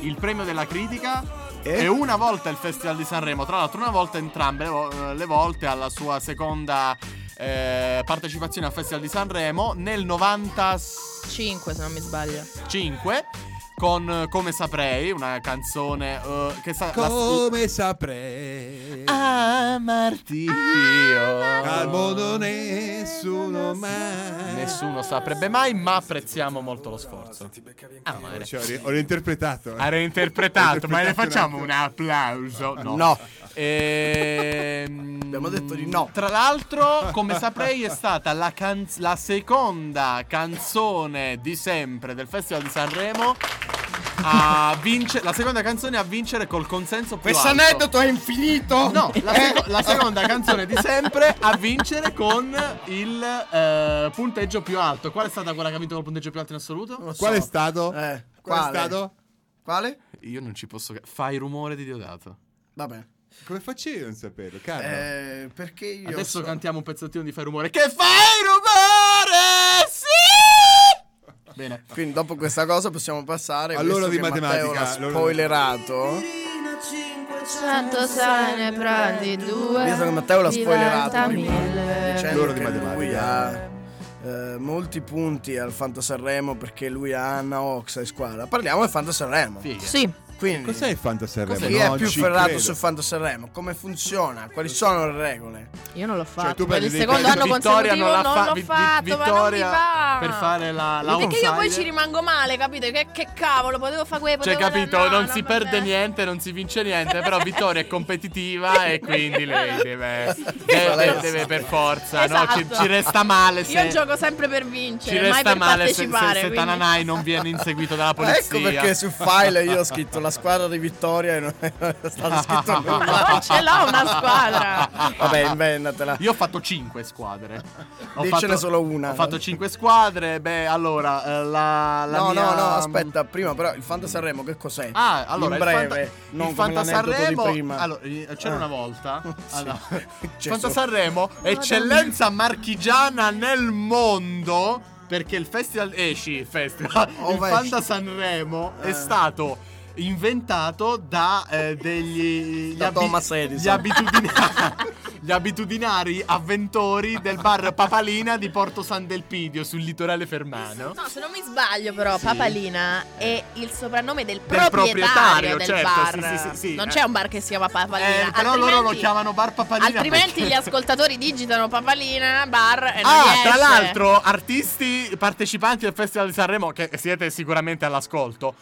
Speaker 6: il premio della critica
Speaker 5: E?
Speaker 6: e, una volta il Festival di Sanremo. Tra l'altro, una volta entrambe le vo- le volte alla sua seconda eh, partecipazione al Festival di Sanremo nel 95
Speaker 3: 5 se non mi sbaglio.
Speaker 6: con eh, Come saprei, una canzone eh, che sa- la-
Speaker 4: Come saprei.
Speaker 3: Ah.
Speaker 6: Amarti io.
Speaker 4: Al mondo nessuno mai.
Speaker 6: Nessuno saprebbe mai, ma apprezziamo molto lo sforzo. Ah, no, era-
Speaker 4: Cioè, ho ri- ho
Speaker 5: Ah,
Speaker 4: reinterpretato. eh.
Speaker 6: ha reinterpretato, ma ne
Speaker 4: Interpretato
Speaker 6: facciamo
Speaker 4: un
Speaker 6: un applauso?
Speaker 5: No.
Speaker 6: Ehm,
Speaker 5: Abbiamo detto di no.
Speaker 6: Tra l'altro, come saprei, è stata la, canz- la seconda canzone di sempre del Festival di Sanremo. A vince- la seconda canzone a vincere col consenso più alto.
Speaker 5: è infinito!
Speaker 6: No, la, seco- la seconda canzone di sempre a vincere con il eh, punteggio più alto. Qual è stata quella che ha vinto col punteggio più alto in assoluto?
Speaker 4: Qual è stato?
Speaker 5: Eh,
Speaker 4: Qual
Speaker 5: quale?
Speaker 4: è stato?
Speaker 5: Quale?
Speaker 6: Io non ci posso. ca- Fai rumore di Diodato.
Speaker 5: Vabbè.
Speaker 4: Come facevi a non saperlo, Carlo?
Speaker 5: Eh, perché io.
Speaker 6: Adesso
Speaker 5: so-
Speaker 6: cantiamo un pezzettino di Fai rumore. Che fai rumore? Sì! Bene.
Speaker 5: Quindi dopo questa cosa possiamo passare.
Speaker 4: All'ora
Speaker 5: visto
Speaker 4: di
Speaker 5: che Matteo
Speaker 4: matematica,
Speaker 5: l'ha
Speaker 4: all'ora di-
Speaker 5: spoilerato.
Speaker 3: Santo sane prendi due.
Speaker 5: Visto che Matteo l'ha
Speaker 3: diventa
Speaker 5: spoilerato.
Speaker 3: mille.
Speaker 5: Dicendo
Speaker 4: Loro di
Speaker 5: che lui
Speaker 4: matematica.
Speaker 5: ha eh, molti punti al Fanta Sanremo perché lui ha Anna Oxa e squadra. Parliamo del Fanta Sanremo.
Speaker 6: Figa.
Speaker 3: Sì.
Speaker 5: Quindi
Speaker 4: Cos'è il Fanta Sanremo?
Speaker 5: chi è
Speaker 4: No,
Speaker 5: più
Speaker 4: ci
Speaker 5: ferrato
Speaker 4: credo.
Speaker 5: sul Fanta Sanremo? Come funziona? Quali sono le regole?
Speaker 3: Io
Speaker 6: Cioè,
Speaker 3: non l'ho fatto.
Speaker 4: tu
Speaker 3: per
Speaker 4: prendi
Speaker 3: il
Speaker 4: dei
Speaker 3: secondo
Speaker 4: pezzi-
Speaker 3: anno
Speaker 6: Vittoria
Speaker 3: consecutivo
Speaker 6: l'ha
Speaker 3: non,
Speaker 6: fa-
Speaker 3: l'ho
Speaker 6: Vi- Vi-
Speaker 3: fatto,
Speaker 6: Vittoria
Speaker 3: ma non mi va.
Speaker 6: per fare la, la
Speaker 3: perché io poi
Speaker 6: outsider.
Speaker 3: ci rimango male, capito? Che, che cavolo, potevo fare quello.
Speaker 6: Cioè,
Speaker 3: potevo
Speaker 6: capito,
Speaker 3: no,
Speaker 6: non
Speaker 3: no,
Speaker 6: si
Speaker 3: vabbè.
Speaker 6: perde niente, non si vince niente, però Vittoria è competitiva e quindi lei deve, deve, deve per forza, no? Ci,
Speaker 3: Esatto.
Speaker 6: ci resta male se...
Speaker 3: Io gioco sempre per
Speaker 6: Ci
Speaker 3: vincere, mai
Speaker 6: resta
Speaker 3: per
Speaker 6: male se, se,
Speaker 3: partecipare.
Speaker 6: se
Speaker 3: quindi.
Speaker 6: Tananai non viene inseguito dalla polizia.
Speaker 5: Ecco perché su file io ho scritto la squadra di vittoria e non è stato scritto
Speaker 3: Ma non
Speaker 5: nulla.
Speaker 3: ce l'ho una squadra.
Speaker 5: Vabbè, inventatela.
Speaker 6: Io ho fatto 5 squadre. Ho
Speaker 5: Dicene solo una.
Speaker 6: Ho fatto 5 squadre. Beh, allora, eh, la, la
Speaker 5: No,
Speaker 6: mia- mm,
Speaker 5: no, no, aspetta, prima però il Fanta Sanremo che cos'è?
Speaker 6: Ah, allora,
Speaker 5: In
Speaker 6: il
Speaker 5: breve,
Speaker 6: Fanta-
Speaker 5: non come
Speaker 6: il Fanta
Speaker 5: l'aneddoto
Speaker 6: Sanremo.
Speaker 5: di prima.
Speaker 6: Allora, eh, c'era
Speaker 5: Ah.
Speaker 6: una volta. Ah, no.
Speaker 5: Sì.
Speaker 6: Il Fanta
Speaker 5: Gesù.
Speaker 6: Sanremo, eccellenza marchigiana nel mondo. Perché il festival. Esci, il festival.
Speaker 5: Oh,
Speaker 6: il
Speaker 5: vai.
Speaker 6: Fanta Sanremo è
Speaker 5: Eh.
Speaker 6: stato inventato da eh, degli.
Speaker 5: Da Thomas Edison.
Speaker 6: Gli abitudinari. gli abitudinari avventori del bar Papalina di Porto San Delpidio sul litorale fermano.
Speaker 3: No, se non mi sbaglio, però,
Speaker 6: Sì.
Speaker 3: Papalina è il soprannome del
Speaker 6: Del proprietario,
Speaker 3: proprietario, del
Speaker 6: certo,
Speaker 3: bar.
Speaker 6: sì, sì, sì, sì,
Speaker 3: non
Speaker 6: eh.
Speaker 3: c'è un bar che si chiama Papalina.
Speaker 6: Eh, però loro lo
Speaker 3: altrimenti-
Speaker 6: chiamano bar Papalina.
Speaker 3: Altrimenti
Speaker 6: perché-
Speaker 3: gli ascoltatori digitano Papalina, bar e Eh, non gli
Speaker 6: Ah, tra
Speaker 3: esce.
Speaker 6: l'altro, artisti partecipanti al Festival di Sanremo, che siete sicuramente all'ascolto,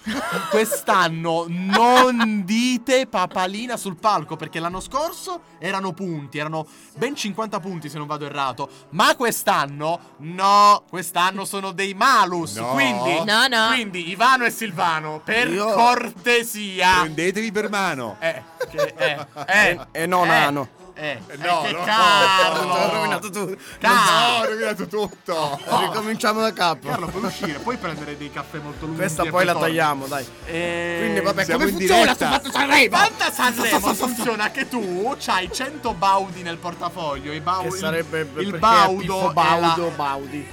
Speaker 6: quest'anno non dite papalina sul palco, perché l'anno scorso erano punti, erano ben 50 punti se non vado errato, ma quest'anno no, quest'anno sono dei malus,
Speaker 4: No.
Speaker 6: quindi,
Speaker 3: No, no.
Speaker 6: quindi Ivano e Silvano, per
Speaker 5: Io-
Speaker 6: cortesia...
Speaker 4: Prendetevi per mano.
Speaker 6: Eh, che, eh, eh,
Speaker 5: E- e non
Speaker 6: eh,
Speaker 5: Ano.
Speaker 6: Eh, eh,
Speaker 4: No,
Speaker 6: che
Speaker 4: no.
Speaker 6: Carlo!
Speaker 4: Ho
Speaker 5: rovinato tutto.
Speaker 4: No,
Speaker 6: Carlo!
Speaker 4: ho rovinato tutto.
Speaker 5: Ricominciamo da capo.
Speaker 6: Carlo, puoi uscire, puoi prendere dei caffè molto lunghi.
Speaker 5: Questa
Speaker 6: e
Speaker 5: poi la
Speaker 6: torni.
Speaker 5: tagliamo, dai.
Speaker 6: E...
Speaker 5: Quindi vabbè,
Speaker 4: siamo
Speaker 5: come
Speaker 4: in
Speaker 5: funziona
Speaker 4: diretta.
Speaker 5: sto fatto Sanremo?
Speaker 6: Quanta Sanremo funziona che tu hai 100 baudi nel portafoglio. I baudi,
Speaker 5: Che sarebbe
Speaker 6: il
Speaker 5: perché
Speaker 6: baudo.
Speaker 5: Pippo
Speaker 6: è
Speaker 5: Baudo,
Speaker 6: la-
Speaker 5: Baudi.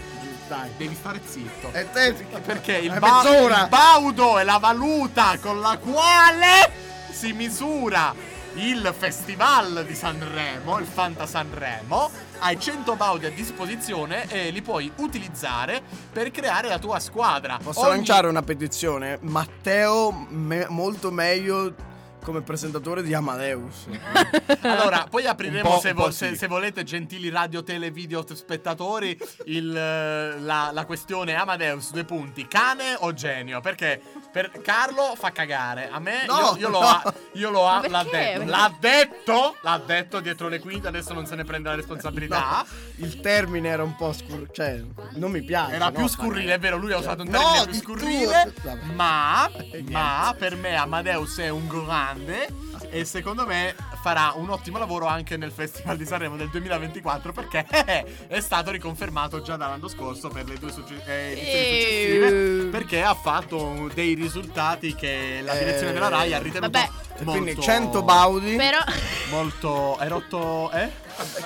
Speaker 5: Dai.
Speaker 6: Devi stare zitto.
Speaker 5: E te
Speaker 6: Perché il,
Speaker 5: è
Speaker 6: ba-
Speaker 5: mezz'ora.
Speaker 6: il baudo è la valuta con la quale si misura il festival di Sanremo, il Fanta Sanremo. Hai 100 baudi a disposizione e li puoi utilizzare per creare la tua squadra.
Speaker 5: Posso
Speaker 6: Ogni-
Speaker 5: lanciare una petizione? Matteo me- molto meglio come presentatore di Amadeus.
Speaker 6: Allora, poi apriremo
Speaker 4: Un po',
Speaker 6: se,
Speaker 4: un
Speaker 6: vo-
Speaker 4: po'
Speaker 6: se-
Speaker 4: sì.
Speaker 6: se volete, gentili radio, tele, video, t- spettatori, il, eh, la, la questione Amadeus, due punti, cane o genio? Perché per Carlo fa cagare, a me
Speaker 5: No,
Speaker 6: io, io lo
Speaker 5: no.
Speaker 6: ha, io lo ha,
Speaker 3: Ma
Speaker 6: l'ha
Speaker 3: perché?
Speaker 6: detto,
Speaker 3: Perché?
Speaker 6: l'ha detto, l'ha detto dietro le quinte, adesso non se ne prende la responsabilità.
Speaker 5: Il termine era un po' scuro, cioè non mi piace.
Speaker 6: Era
Speaker 5: no?
Speaker 6: più scurrile, è vero, lui ha usato un
Speaker 5: No,
Speaker 6: termine più
Speaker 5: di
Speaker 6: scurrile,
Speaker 5: tutto. Vabbè.
Speaker 6: ma,
Speaker 5: niente.
Speaker 6: ma per me Amadeus è un grande e secondo me farà un ottimo lavoro anche nel Festival di Sanremo del 2024 perché è stato riconfermato già dall'anno scorso per le due succe- eh, edizioni successive
Speaker 3: Eeeh.
Speaker 6: perché ha fatto dei risultati che la
Speaker 5: Eh,
Speaker 6: direzione della RAI ha ritenuto
Speaker 3: vabbè.
Speaker 5: E
Speaker 6: molto
Speaker 5: Quindi 100 baudi,
Speaker 3: Però
Speaker 6: molto hai rotto eh?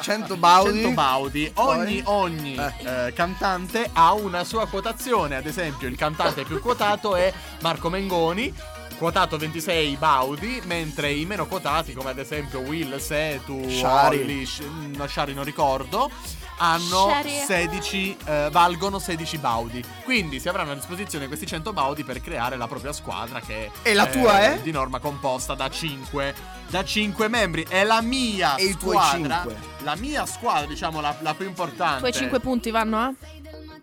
Speaker 5: 100 baudi,
Speaker 6: 100 baudi.
Speaker 5: Poi?
Speaker 6: Ogni, ogni,
Speaker 5: Eh.
Speaker 6: eh, cantante ha una sua quotazione. Ad esempio, il cantante più quotato è Marco Mengoni. Quotato 26 baudi, mentre i meno quotati, come ad esempio Will, Setu,
Speaker 5: Shari.
Speaker 6: Olly, Sh- no, Shari non ricordo, hanno
Speaker 3: Shari.
Speaker 6: 16, eh, valgono 16 baudi. Quindi si avranno a disposizione questi 100 baudi per creare la propria squadra che eh,
Speaker 5: E la tua è?
Speaker 6: di norma composta da 5 da 5 membri. È la mia
Speaker 5: E i tuoi
Speaker 6: squadra.
Speaker 5: cinque?
Speaker 6: La mia squadra, diciamo, la, la più
Speaker 3: i
Speaker 6: importante.
Speaker 3: tuoi 5 punti vanno eh? a?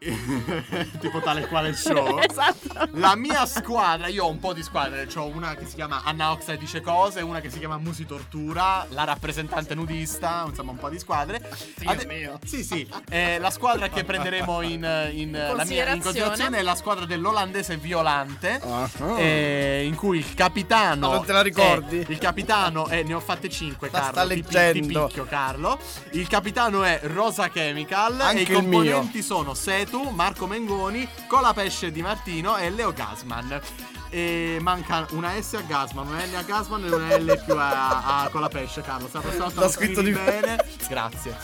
Speaker 6: tipo tale quale il show.
Speaker 3: esatto.
Speaker 6: La mia squadra, io ho un po' di squadre, ho una che si chiama Anna Oxa e dice cose, una che si chiama Musi Tortura, la rappresentante nudista, insomma un po' di squadre. Ade- Sì, sì, eh, la squadra che prenderemo in, in- la mia, in
Speaker 3: Considerazione.
Speaker 6: considerazione è la squadra dell'olandese Violante,
Speaker 5: Ah.
Speaker 6: eh, in cui il capitano...
Speaker 5: Ma non te la ricordi?
Speaker 6: è- il capitano, eh, ne ho fatte 5
Speaker 5: La
Speaker 6: Carlo,
Speaker 5: sta
Speaker 6: ti pi- Ti,
Speaker 5: leggendo.
Speaker 6: picchio Carlo. Il capitano è Rosa Chemical
Speaker 5: Anche
Speaker 6: e i
Speaker 5: il mio.
Speaker 6: componenti sono Setu, Marco Mengoni, Colapesce Di Martino e Leo Gasman. E manca una S a Gasman, una L a Gasman e una L più a, a Colapesce, Carlo. Sta passando
Speaker 5: L'ha scritto di-
Speaker 6: bene. Grazie.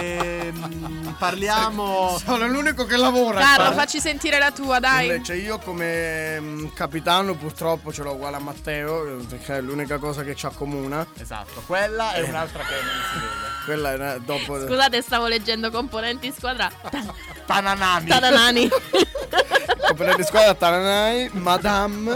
Speaker 6: Ehm, parliamo.
Speaker 5: Sono l'unico che lavora.
Speaker 3: Carlo,
Speaker 5: qua.
Speaker 3: facci sentire la tua, dai.
Speaker 5: Invece io come mm, capitano purtroppo ce l'ho uguale a Matteo, eh, perché è l'unica cosa che ci accomuna.
Speaker 6: Esatto, quella è un'altra che non si vede.
Speaker 5: Quella era dopo
Speaker 3: Scusate, stavo leggendo componenti squadra.
Speaker 6: Tananami.
Speaker 3: Tadanani.
Speaker 5: componente di squadra Taranai, Madame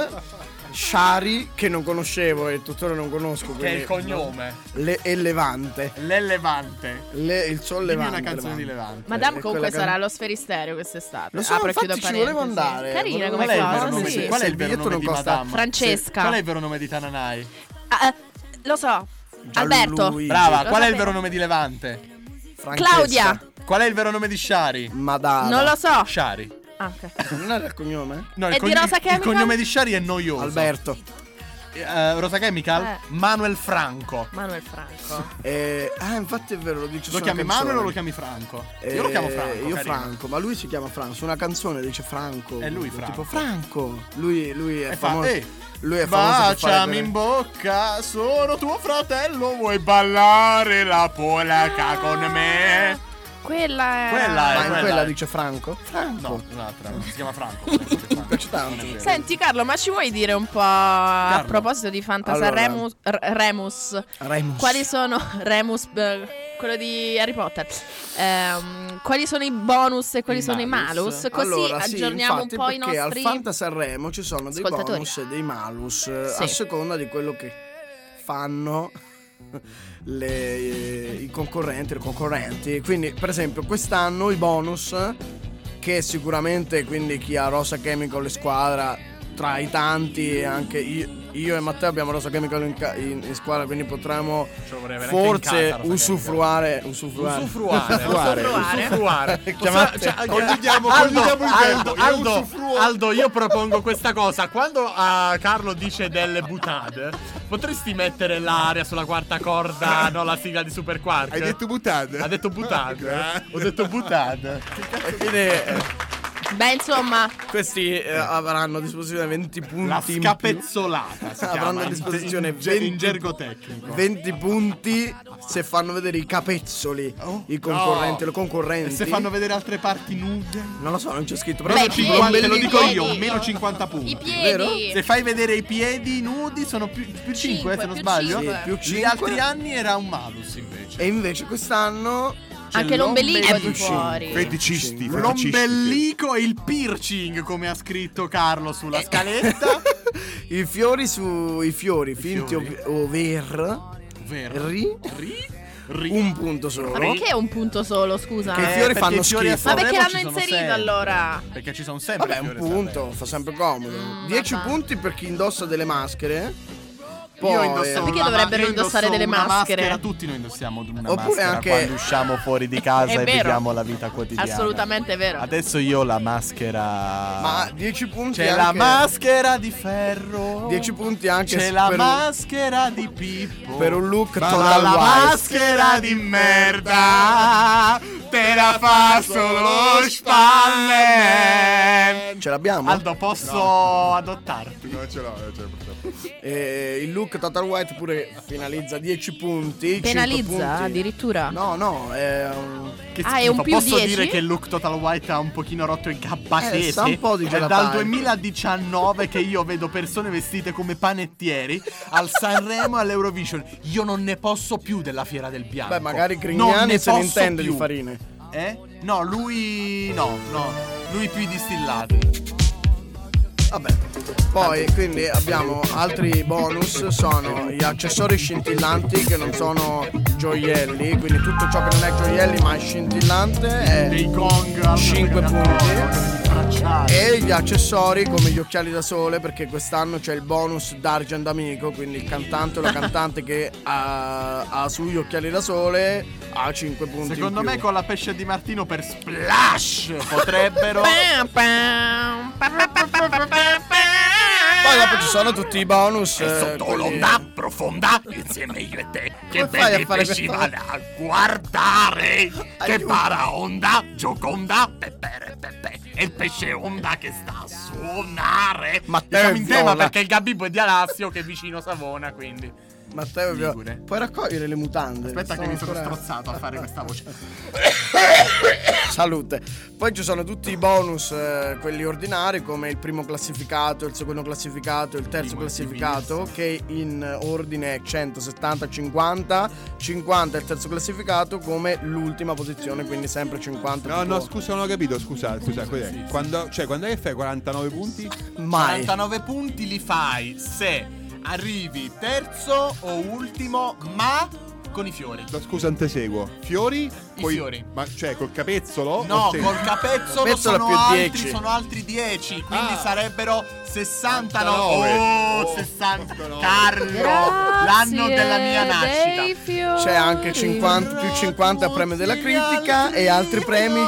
Speaker 5: Shari che non conoscevo e tuttora non conosco
Speaker 6: Che è
Speaker 5: quindi-
Speaker 6: il cognome.
Speaker 5: Le- e Levante.
Speaker 6: L'Elevante.
Speaker 5: Le- il sol
Speaker 6: Dimmi
Speaker 5: Levante.
Speaker 6: una canzone di
Speaker 5: Levante.
Speaker 6: Levante.
Speaker 3: Madame comunque
Speaker 5: Quella can-
Speaker 3: sarà allo sferisterio quest'estate. Ah,
Speaker 5: Lo so,
Speaker 3: Apro e
Speaker 5: infatti ci
Speaker 3: chiudo parentesi.
Speaker 5: volevo andare.
Speaker 3: Carina
Speaker 5: Volevo-
Speaker 3: come
Speaker 5: Qual è il
Speaker 3: cosa,
Speaker 5: vero nome?
Speaker 3: sì.
Speaker 6: Qual è
Speaker 5: Se
Speaker 6: il
Speaker 5: il
Speaker 6: vero
Speaker 5: biglietto
Speaker 6: nome
Speaker 5: non
Speaker 6: di
Speaker 5: costa-
Speaker 6: Madame?
Speaker 3: Francesca.
Speaker 6: Qual è il vero nome di Tananai?
Speaker 3: Ah, eh, lo so. Alberto.
Speaker 5: Gianluigi.
Speaker 6: Brava,
Speaker 3: Lo
Speaker 6: qual è il
Speaker 3: sapevo.
Speaker 6: vero nome di Levante?
Speaker 5: Francesca.
Speaker 3: Claudia.
Speaker 6: Qual è il vero nome di Shari?
Speaker 5: Madame.
Speaker 3: Non lo so.
Speaker 6: Shari.
Speaker 3: Ah, ok.
Speaker 5: Non era il cognome?
Speaker 6: No,
Speaker 3: E di Rosa
Speaker 6: il
Speaker 3: Chemical?
Speaker 6: cognome di Shari è noioso.
Speaker 5: Alberto.
Speaker 6: Eh, Rosa Chemical?
Speaker 3: Eh.
Speaker 6: Manuel Franco.
Speaker 3: Manuel Franco.
Speaker 5: Eh, ah, infatti è vero, lo dice
Speaker 6: Lo
Speaker 5: sulla
Speaker 6: chiami
Speaker 5: canzone.
Speaker 6: Manuel o lo chiami Franco?
Speaker 5: Eh,
Speaker 6: io lo chiamo Franco.
Speaker 5: Io
Speaker 6: carino.
Speaker 5: Franco, ma lui si chiama Franco. Su una canzone dice Franco.
Speaker 6: È lui Franco.
Speaker 5: Tipo Franco. Lui, lui è
Speaker 6: E fa,
Speaker 5: famoso.
Speaker 6: "Ehi,
Speaker 5: lui è famoso. per fare
Speaker 6: Baciami
Speaker 5: delle-
Speaker 6: in bocca, sono tuo fratello, vuoi ballare la polacca con me?
Speaker 3: Quella è.
Speaker 6: Quella è-
Speaker 5: Ma in
Speaker 6: quella-
Speaker 5: quella dice Franco? Franco.
Speaker 6: eh, No, un'altra. Si chiama Franco. Mi
Speaker 5: piace tanto.
Speaker 3: Senti Carlo, ma ci vuoi dire un po' a proposito di Fantasy
Speaker 5: Allora. Oh,
Speaker 3: Remus, R- Remus?
Speaker 5: Remus.
Speaker 3: Quali sono Remus eh, quello di Harry Potter? Ehm, quali sono i bonus e quali
Speaker 6: I
Speaker 3: sono i malus?
Speaker 6: malus.
Speaker 3: Così
Speaker 5: Allora, sì,
Speaker 3: aggiorniamo
Speaker 5: infatti,
Speaker 3: un po' i
Speaker 5: perché
Speaker 3: nostri
Speaker 5: al Fanta Sanremo ci sono dei
Speaker 3: ascoltatori.
Speaker 5: bonus e dei malus eh,
Speaker 3: Sì.
Speaker 5: a seconda di quello che fanno le- eh, i concorrenti, le concorrenti. Quindi, per esempio, quest'anno i bonus che sicuramente quindi chi ha Rosa Chemical in squadra tra i tanti anche io, io e Matteo abbiamo Rosa Chemical in, ca- in- in squadra quindi potremmo
Speaker 6: Ci vorrei veramente in
Speaker 5: forse
Speaker 6: casa, Rosa
Speaker 5: usufruare usufruare
Speaker 6: Usufruare.
Speaker 5: usufruare
Speaker 3: Usufruare.
Speaker 6: Usufruare.
Speaker 5: Chiamate-
Speaker 6: Cioè, anche-
Speaker 4: Condividiamo-
Speaker 6: Aldo,
Speaker 4: condividiamo il
Speaker 6: Aldo,
Speaker 4: verbo. Io
Speaker 6: Aldo,
Speaker 4: usufruo.
Speaker 6: Aldo, io propongo questa cosa. Quando ah, Carlo dice delle butade, potresti mettere l'aria sulla quarta corda, no, la sigla di Super Quark?
Speaker 4: Hai detto butade?
Speaker 6: Ha detto butade. Ho detto butade.
Speaker 5: e quindi eh,
Speaker 3: Beh, insomma,
Speaker 5: Questi eh, avranno a disposizione 20 punti.
Speaker 6: La
Speaker 5: in più.
Speaker 6: scapezzolata. si
Speaker 5: Avranno
Speaker 6: chiama
Speaker 5: a
Speaker 6: in-
Speaker 5: disposizione
Speaker 6: in,
Speaker 5: 20
Speaker 6: in gergo tecnico.
Speaker 5: 20 punti se fanno vedere i capezzoli,
Speaker 6: Oh.
Speaker 5: i concorrenti,
Speaker 6: No.
Speaker 5: le
Speaker 6: E
Speaker 5: concorrenti.
Speaker 6: se fanno vedere altre parti nude?
Speaker 5: Non lo so, non c'è scritto. Però
Speaker 3: Beh,
Speaker 5: c'è
Speaker 3: i
Speaker 5: scritto
Speaker 3: piedi,
Speaker 6: te lo
Speaker 3: i
Speaker 6: dico
Speaker 3: piedi.
Speaker 6: io, meno 50 punti.
Speaker 3: i
Speaker 5: vero?
Speaker 3: piedi.
Speaker 6: Se fai vedere i piedi nudi sono più, 5 se non
Speaker 3: più
Speaker 6: sbaglio.
Speaker 3: cinque.
Speaker 5: Sì, più
Speaker 6: Gli
Speaker 5: cinque. Eh,
Speaker 6: altri anni era un malus invece.
Speaker 5: E invece quest'anno
Speaker 6: C'è
Speaker 3: Anche l'ombelico
Speaker 5: l'ombelico.
Speaker 3: di fuori.
Speaker 4: Feticisti, feticisti.
Speaker 6: L'ombelico e il piercing, come ha scritto Carlo sulla scaletta.
Speaker 5: i fiori sui fiori, finti
Speaker 6: fiori.
Speaker 5: o, o ver,
Speaker 6: Vero.
Speaker 5: ri,
Speaker 6: eh, Ri- ri-
Speaker 5: un punto solo.
Speaker 3: Ma perché un punto solo, scusa?
Speaker 5: Che
Speaker 6: Eh,
Speaker 5: i fiori Eh,
Speaker 6: perché
Speaker 5: fanno
Speaker 6: i fiori a
Speaker 5: schifo.
Speaker 3: Ma
Speaker 5: Ma
Speaker 3: perché
Speaker 6: Sanremo ci
Speaker 3: l'hanno
Speaker 6: sono
Speaker 3: inserito
Speaker 6: sempre.
Speaker 3: allora?
Speaker 6: Perché ci sono sempre.
Speaker 5: Vabbè,
Speaker 6: i
Speaker 5: un
Speaker 6: fiori a Sanremo.
Speaker 5: punto, fa sempre comodo.
Speaker 3: Mm,
Speaker 5: 10
Speaker 3: vabbè.
Speaker 5: punti per chi indossa delle maschere.
Speaker 6: Io
Speaker 5: Poi-
Speaker 6: indosso
Speaker 3: Perché
Speaker 6: una ma-
Speaker 3: dovrebbero
Speaker 6: io
Speaker 3: indossare
Speaker 6: indosso
Speaker 3: delle
Speaker 6: una
Speaker 3: maschere?
Speaker 6: maschera, Tutti noi indossiamo una
Speaker 5: Oppure
Speaker 6: maschera
Speaker 5: anche-
Speaker 6: quando usciamo fuori di casa
Speaker 3: È
Speaker 6: e
Speaker 3: vero.
Speaker 6: viviamo la vita quotidiana.
Speaker 3: Assolutamente vero.
Speaker 6: Adesso io ho la maschera.
Speaker 5: Ma 10 punti
Speaker 6: C'è
Speaker 5: anche...
Speaker 6: la maschera di ferro.
Speaker 5: 10 punti anche
Speaker 6: C'è
Speaker 5: s-
Speaker 6: la
Speaker 5: per un-
Speaker 6: maschera di Pippo.
Speaker 5: per un look
Speaker 6: Ma
Speaker 5: tonal
Speaker 6: la
Speaker 5: white.
Speaker 6: maschera di merda. Te la fa solo spalle.
Speaker 5: Ce l'abbiamo?
Speaker 6: Aldo, posso adottarti?
Speaker 4: Non ce l'ho, non ce l'ho purtroppo.
Speaker 5: Eh, il look Total White pure finalizza 10 punti. cinque
Speaker 3: Penalizza
Speaker 5: punti.
Speaker 3: addirittura.
Speaker 5: No, no, è un-
Speaker 6: Che
Speaker 3: Ah, è un
Speaker 6: schifo.
Speaker 3: più
Speaker 6: Posso
Speaker 3: 10?
Speaker 6: dire che il look Total White ha un pochino rotto il gabbatese?
Speaker 5: Eh, sa un po' di
Speaker 6: È
Speaker 5: gelatai.
Speaker 6: dal 2019 che io vedo persone vestite come panettieri al Sanremo e all'Eurovision. Io non ne posso più della fiera del bianco.
Speaker 5: Beh, magari
Speaker 6: Non
Speaker 5: Grignani se ne
Speaker 6: posso
Speaker 5: intende
Speaker 6: più.
Speaker 5: di farine.
Speaker 6: Eh? No, lui no, no. Lui più i distillati.
Speaker 5: Vabbè. Poi, quindi abbiamo altri bonus, sono gli accessori scintillanti che non sono gioielli, quindi tutto ciò che non è gioielli ma è scintillante è...
Speaker 6: Dei gong
Speaker 5: Cinque punti. Eh,
Speaker 6: Bracciali.
Speaker 5: E gli accessori come gli occhiali da sole perché quest'anno c'è il bonus D'Argent Amico, quindi il cantante o la cantante che ha, ha sugli occhiali da sole ha 5 punti.
Speaker 6: Secondo
Speaker 5: in più.
Speaker 6: me con la pesce di Martino per splash potrebbero
Speaker 3: Pam, pam, pam, pam, pam, pam, pam, pam.
Speaker 5: Poi dopo ci sono tutti i bonus.
Speaker 1: E
Speaker 5: eh,
Speaker 1: sotto
Speaker 5: quelli-
Speaker 1: l'onda profonda insieme io e te che
Speaker 5: Come fai
Speaker 1: belli
Speaker 5: a fare
Speaker 1: pesci
Speaker 5: questo?
Speaker 1: vada a guardare che
Speaker 5: Aiuto.
Speaker 1: paraonda gioconda pepere pepe e il pesce onda che sta a suonare Diciamo
Speaker 5: Matteo
Speaker 6: Siamo in
Speaker 5: è
Speaker 6: tema
Speaker 5: viola.
Speaker 6: perché il Gabibbo è di Alassio che è vicino Savona, quindi.
Speaker 5: Matteo è viola.
Speaker 6: Ligure.
Speaker 5: Puoi raccogliere le mutande.
Speaker 6: Aspetta che mi sono
Speaker 5: ancora-
Speaker 6: strozzato a fare questa voce.
Speaker 5: Salute. Poi ci sono tutti i bonus, eh, quelli ordinari, come il primo classificato, il secondo classificato, il terzo
Speaker 6: Primo,
Speaker 5: classificato, che in ordine è 170, 50, 50 è il terzo classificato come l'ultima posizione, quindi sempre 50.
Speaker 4: No,
Speaker 5: tipo-
Speaker 4: no, scusa, non ho capito, scusa, scusa, cos'è? Quando, cioè, quando è che fai 49 punti?
Speaker 5: Mai.
Speaker 6: 49 punti li fai se arrivi terzo o ultimo, ma con i fiori.
Speaker 4: No, scusa, non te seguo. Fiori?
Speaker 6: I
Speaker 4: Coi-
Speaker 6: fiori.
Speaker 4: Ma cioè, col capezzolo?
Speaker 6: No,
Speaker 4: O se-
Speaker 6: col capezzolo
Speaker 5: Capezzolo
Speaker 6: sono
Speaker 5: Oh, più
Speaker 6: altri,
Speaker 5: 10.
Speaker 6: sono altri 10, quindi
Speaker 4: Ah.
Speaker 6: sarebbero 69.
Speaker 4: 69.
Speaker 6: Oh, 60.
Speaker 4: Oh,
Speaker 6: Carlo, l'anno
Speaker 3: Grazie
Speaker 6: della mia
Speaker 3: dei
Speaker 6: nascita.
Speaker 3: fiori.
Speaker 5: C'è anche 50, più 50 a premio della critica e altri premi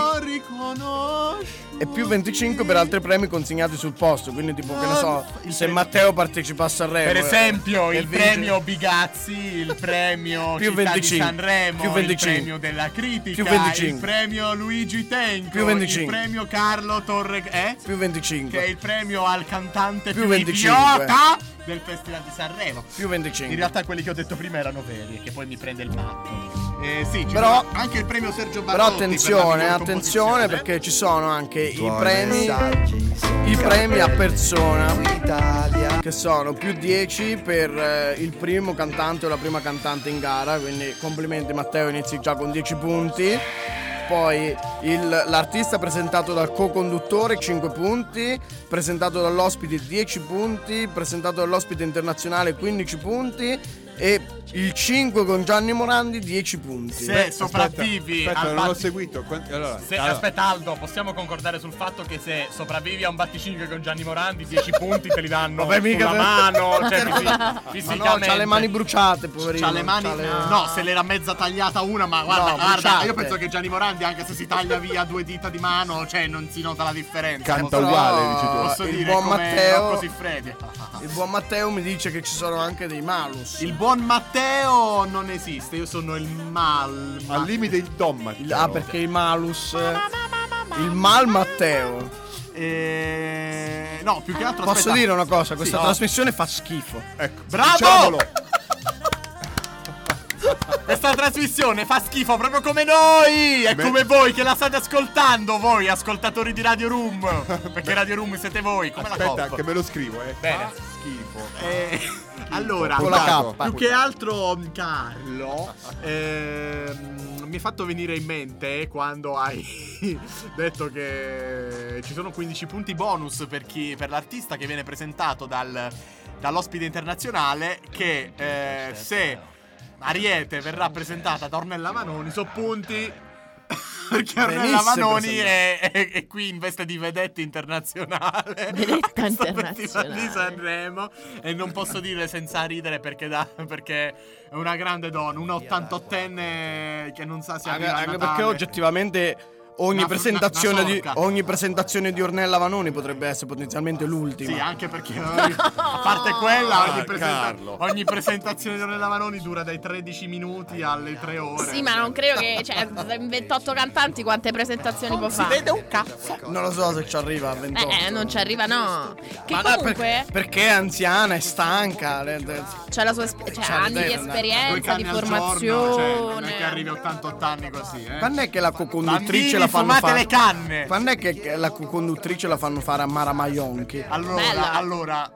Speaker 5: e più 25 per altri premi consegnati sul posto. Quindi, tipo, che ne so,
Speaker 6: Il
Speaker 5: se
Speaker 6: premio-
Speaker 5: Matteo partecipa a Sanremo.
Speaker 6: Per
Speaker 5: eh,
Speaker 6: esempio,
Speaker 5: e
Speaker 6: il
Speaker 5: vince-
Speaker 6: premio Bigazzi, il premio
Speaker 5: Più
Speaker 6: Città
Speaker 5: 25,
Speaker 6: di Sanremo,
Speaker 5: più 25,
Speaker 6: il premio della critica,
Speaker 5: più 25.
Speaker 6: il premio Luigi Tenco,
Speaker 5: Più 25.
Speaker 6: il premio Carlo Torre, eh?
Speaker 5: Più
Speaker 6: che è
Speaker 5: 25.
Speaker 6: il premio al cantante
Speaker 5: Più
Speaker 6: più,
Speaker 5: 25.
Speaker 6: idiota del Festival di Sanremo.
Speaker 5: Più
Speaker 6: In
Speaker 5: 25.
Speaker 6: realtà quelli che ho detto prima erano veri e che poi mi prende il matto. Eh, sì, ci
Speaker 5: Però-
Speaker 6: sarà anche il premio Sergio Bartotti
Speaker 5: Però
Speaker 6: per la
Speaker 5: attenzione,
Speaker 6: miglior
Speaker 5: attenzione
Speaker 6: composizione.
Speaker 5: perché ci sono anche i
Speaker 4: Tuoi
Speaker 5: premi, i premi a persona
Speaker 2: Italia.
Speaker 5: che sono più 10 per eh, il primo cantante o la prima cantante in gara, quindi complimenti Matteo, inizi già con 10 punti. Poi il- l'artista presentato dal co-conduttore 5 punti, presentato dall'ospite 10 punti, presentato dall'ospite internazionale 15 punti e il 5 con Gianni Morandi 10 punti.
Speaker 6: Se sopravvivi
Speaker 4: Aspetta,
Speaker 6: al
Speaker 4: non l'ho
Speaker 6: batti-
Speaker 4: seguito. Quanti- allora,
Speaker 6: Se-
Speaker 4: allora,
Speaker 6: Aspetta Aldo, possiamo concordare sul fatto che se sopravvivi a un batticinque con Gianni Morandi 10 punti te li danno
Speaker 5: Vabbè, mica
Speaker 6: sulla
Speaker 5: te-
Speaker 6: mano, cioè fisi-
Speaker 5: Ah, Ma no,
Speaker 6: fisicamente.
Speaker 5: c'ha le mani bruciate, poverino.
Speaker 6: C'ha le mani.
Speaker 5: C'ha le-
Speaker 6: No, se l'era mezza tagliata una, ma guarda,
Speaker 5: No,
Speaker 6: guarda,
Speaker 5: bruciate.
Speaker 6: io penso che Gianni Morandi, anche se si taglia via due dita di mano, cioè non si nota la differenza.
Speaker 4: Canta
Speaker 6: Posso-
Speaker 4: uguale, dici tu.
Speaker 6: Posso
Speaker 5: il
Speaker 6: dire
Speaker 5: buon
Speaker 6: come
Speaker 5: Matteo-
Speaker 6: Rocco Siffredi.
Speaker 5: Il buon Matteo mi dice che ci sono anche dei malus.
Speaker 6: Il buon Matteo non esiste, io sono il mal.
Speaker 4: Al limite il Tom
Speaker 5: Il- ah, perché i malus. eh, Il mal Matteo.
Speaker 6: Eh, no, più che altro
Speaker 5: Posso
Speaker 6: aspetta.
Speaker 5: dire una cosa? Questa
Speaker 6: Sì.
Speaker 5: trasmissione fa schifo.
Speaker 4: Ecco,
Speaker 6: Bravo!
Speaker 4: diciamolo.
Speaker 6: Questa trasmissione fa schifo proprio come noi! È
Speaker 4: Beh.
Speaker 6: come voi che la state ascoltando, voi ascoltatori di Radio Room! Perché Radio Room siete voi, come la
Speaker 4: Aspetta,
Speaker 6: Coppa.
Speaker 4: che me lo scrivo, eh.
Speaker 6: Bene.
Speaker 4: Fa Schifo.
Speaker 6: Eh, allora,
Speaker 5: Con la
Speaker 6: guarda,
Speaker 5: K.
Speaker 6: più che altro mm, Carlo ehm, mi è fatto venire in mente quando hai detto che ci sono 15 punti bonus per, chi, per l'artista che viene presentato dal- dall'ospite internazionale che eh, se Ariete verrà presentata da Ornella Manoni sono punti perché Ornella
Speaker 5: Benissimo
Speaker 6: Manoni
Speaker 5: presentato.
Speaker 6: è, è- è qui in veste di vedetta internazionale
Speaker 3: Vedetta
Speaker 6: Questa mattina
Speaker 3: internazionale.
Speaker 6: di Sanremo e non posso dire senza ridere perché, da- perché è una grande donna, un 88enne che non sa se
Speaker 5: Anche,
Speaker 6: arriva a
Speaker 5: anche
Speaker 6: Natale.
Speaker 5: perché oggettivamente. Ogni,
Speaker 6: Una-
Speaker 5: presentazione
Speaker 6: una- una
Speaker 5: di,
Speaker 6: forca.
Speaker 5: ogni presentazione di Ornella Vanoni potrebbe essere potenzialmente l'ultima.
Speaker 6: Sì, anche perché ogni- a
Speaker 3: Oh,
Speaker 6: parte quella, ogni,
Speaker 4: Ah,
Speaker 6: presenta-
Speaker 4: Carlo.
Speaker 6: ogni presentazione di Ornella Manoni dura dai 13 minuti alle 3 ore.
Speaker 3: Sì, ma non credo che. Cioè, 28 cantanti quante presentazioni può
Speaker 6: si
Speaker 3: fare?
Speaker 6: vede un cazzo.
Speaker 5: Non lo so se ci arriva a 28.
Speaker 3: Eh, eh, non ci arriva, no. Che
Speaker 5: Ma no,
Speaker 3: comunque
Speaker 5: per- perché è anziana, è stanca. le- le-
Speaker 3: c'ha la sua espe- cioè,
Speaker 5: C'ha
Speaker 3: anni di
Speaker 5: l'idea, dai.
Speaker 6: Due
Speaker 3: esperienza,
Speaker 6: cani
Speaker 3: di
Speaker 6: al giorno, cioè, non è che arrivi a
Speaker 3: formazione.
Speaker 6: 88 anni così, eh.
Speaker 5: Quando è che la co-conduttrice
Speaker 6: Bambini,
Speaker 5: la fanno
Speaker 6: fumate
Speaker 5: fare?
Speaker 6: le canne!
Speaker 5: Quando è che che la co-conduttrice la fanno fare a Mara Maionchi?
Speaker 6: Allora,
Speaker 3: Bella.
Speaker 6: allora,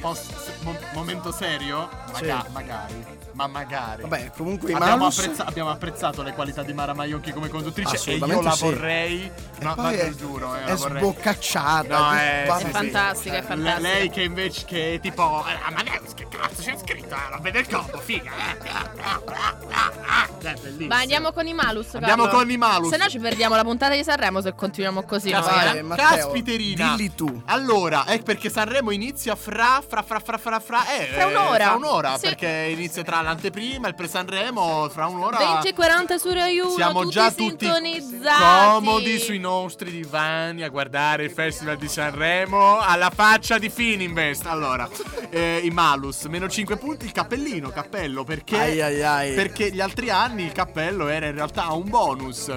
Speaker 6: posso- mo- momento serio? Maga-
Speaker 5: Sì.
Speaker 6: Magari, ma magari.
Speaker 5: Vabbè, comunque i
Speaker 6: abbiamo,
Speaker 5: malus-
Speaker 6: apprezza- abbiamo apprezzato le qualità di Mara Maionchi come conduttrice e io
Speaker 5: Assolutamente
Speaker 6: la
Speaker 5: sì.
Speaker 6: vorrei, ma, ma
Speaker 5: poi
Speaker 6: te lo giuro, eh,
Speaker 5: è
Speaker 6: la vorrei.
Speaker 5: sboccacciata.
Speaker 6: No,
Speaker 5: di-
Speaker 6: eh,
Speaker 5: va-
Speaker 6: sì,
Speaker 3: È
Speaker 6: sì.
Speaker 3: fantastica, è
Speaker 6: Le-
Speaker 3: fantastica.
Speaker 6: lei che invece che tipo "Eh, Amadeus che cazzo c'è scritto? Eh, roba del corpo, figa. eh, eh, eh, eh, eh, eh, bellissimo.
Speaker 3: Ma andiamo con i malus. Carlo.
Speaker 6: Andiamo con i malus.
Speaker 3: Se no ci perdiamo la puntata di Sanremo se continuiamo così.
Speaker 6: Caspita-
Speaker 5: Vai,
Speaker 3: Magari.
Speaker 5: Matteo,
Speaker 6: caspiterina.
Speaker 5: dilli tu.
Speaker 6: Allora, è perché Sanremo inizia fra fra fra fra fra fra eh,
Speaker 3: Fra un'ora.
Speaker 6: Fra un'ora
Speaker 3: Sì.
Speaker 6: perché inizia tra l'anteprima e il pre Sanremo fra un'ora.
Speaker 3: 20 e 40 su Rai 1,
Speaker 6: siamo
Speaker 3: tutti
Speaker 6: già tutti
Speaker 3: sintonizzati.
Speaker 6: comodi sui nostri divani a guardare il Festival di Sanremo alla faccia di Fininvest. Allora, eh, i malus, meno 5 punti, il cappellino, cappello, perché
Speaker 5: Ai, ai, ai.
Speaker 6: perché gli altri anni il cappello era in realtà un bonus.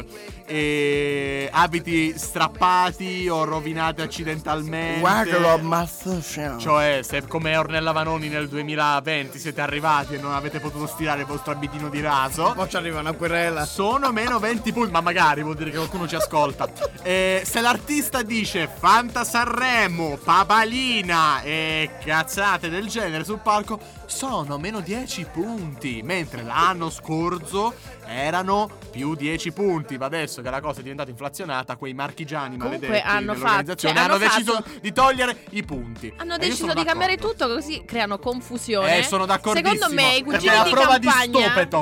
Speaker 6: E abiti strappati o rovinati accidentalmente.
Speaker 5: Guardalo ammazzo.
Speaker 6: Cioè, se come Ornella Vanoni nel 2020 siete arrivati e non avete potuto stirare il vostro abitino di raso.
Speaker 5: Poi ci arriva una querela.
Speaker 6: Sono meno 20 punti, ma magari vuol dire che qualcuno ci ascolta. Eh, se l'artista dice Fanta Sanremo, Papalina e cazzate del genere sul palco, sono meno 10 punti. Mentre l'anno scorso erano più 10 punti. Ma adesso che la cosa è diventata inflazionata, quei marchigiani
Speaker 3: Comunque
Speaker 6: maledetti
Speaker 3: hanno
Speaker 6: dell'organizzazione
Speaker 3: fatto- cioè, hanno
Speaker 6: deciso
Speaker 3: fatto-
Speaker 6: di togliere i punti. E
Speaker 3: Hanno
Speaker 6: io
Speaker 3: deciso
Speaker 6: sono
Speaker 3: di cambiare
Speaker 6: d'accordo.
Speaker 3: tutto così creano confusione.
Speaker 6: Eh, sono d'accordissimo.
Speaker 3: Secondo me
Speaker 6: Perché
Speaker 3: i cugini
Speaker 6: è la
Speaker 3: di
Speaker 6: prova di
Speaker 3: campagna
Speaker 6: stupido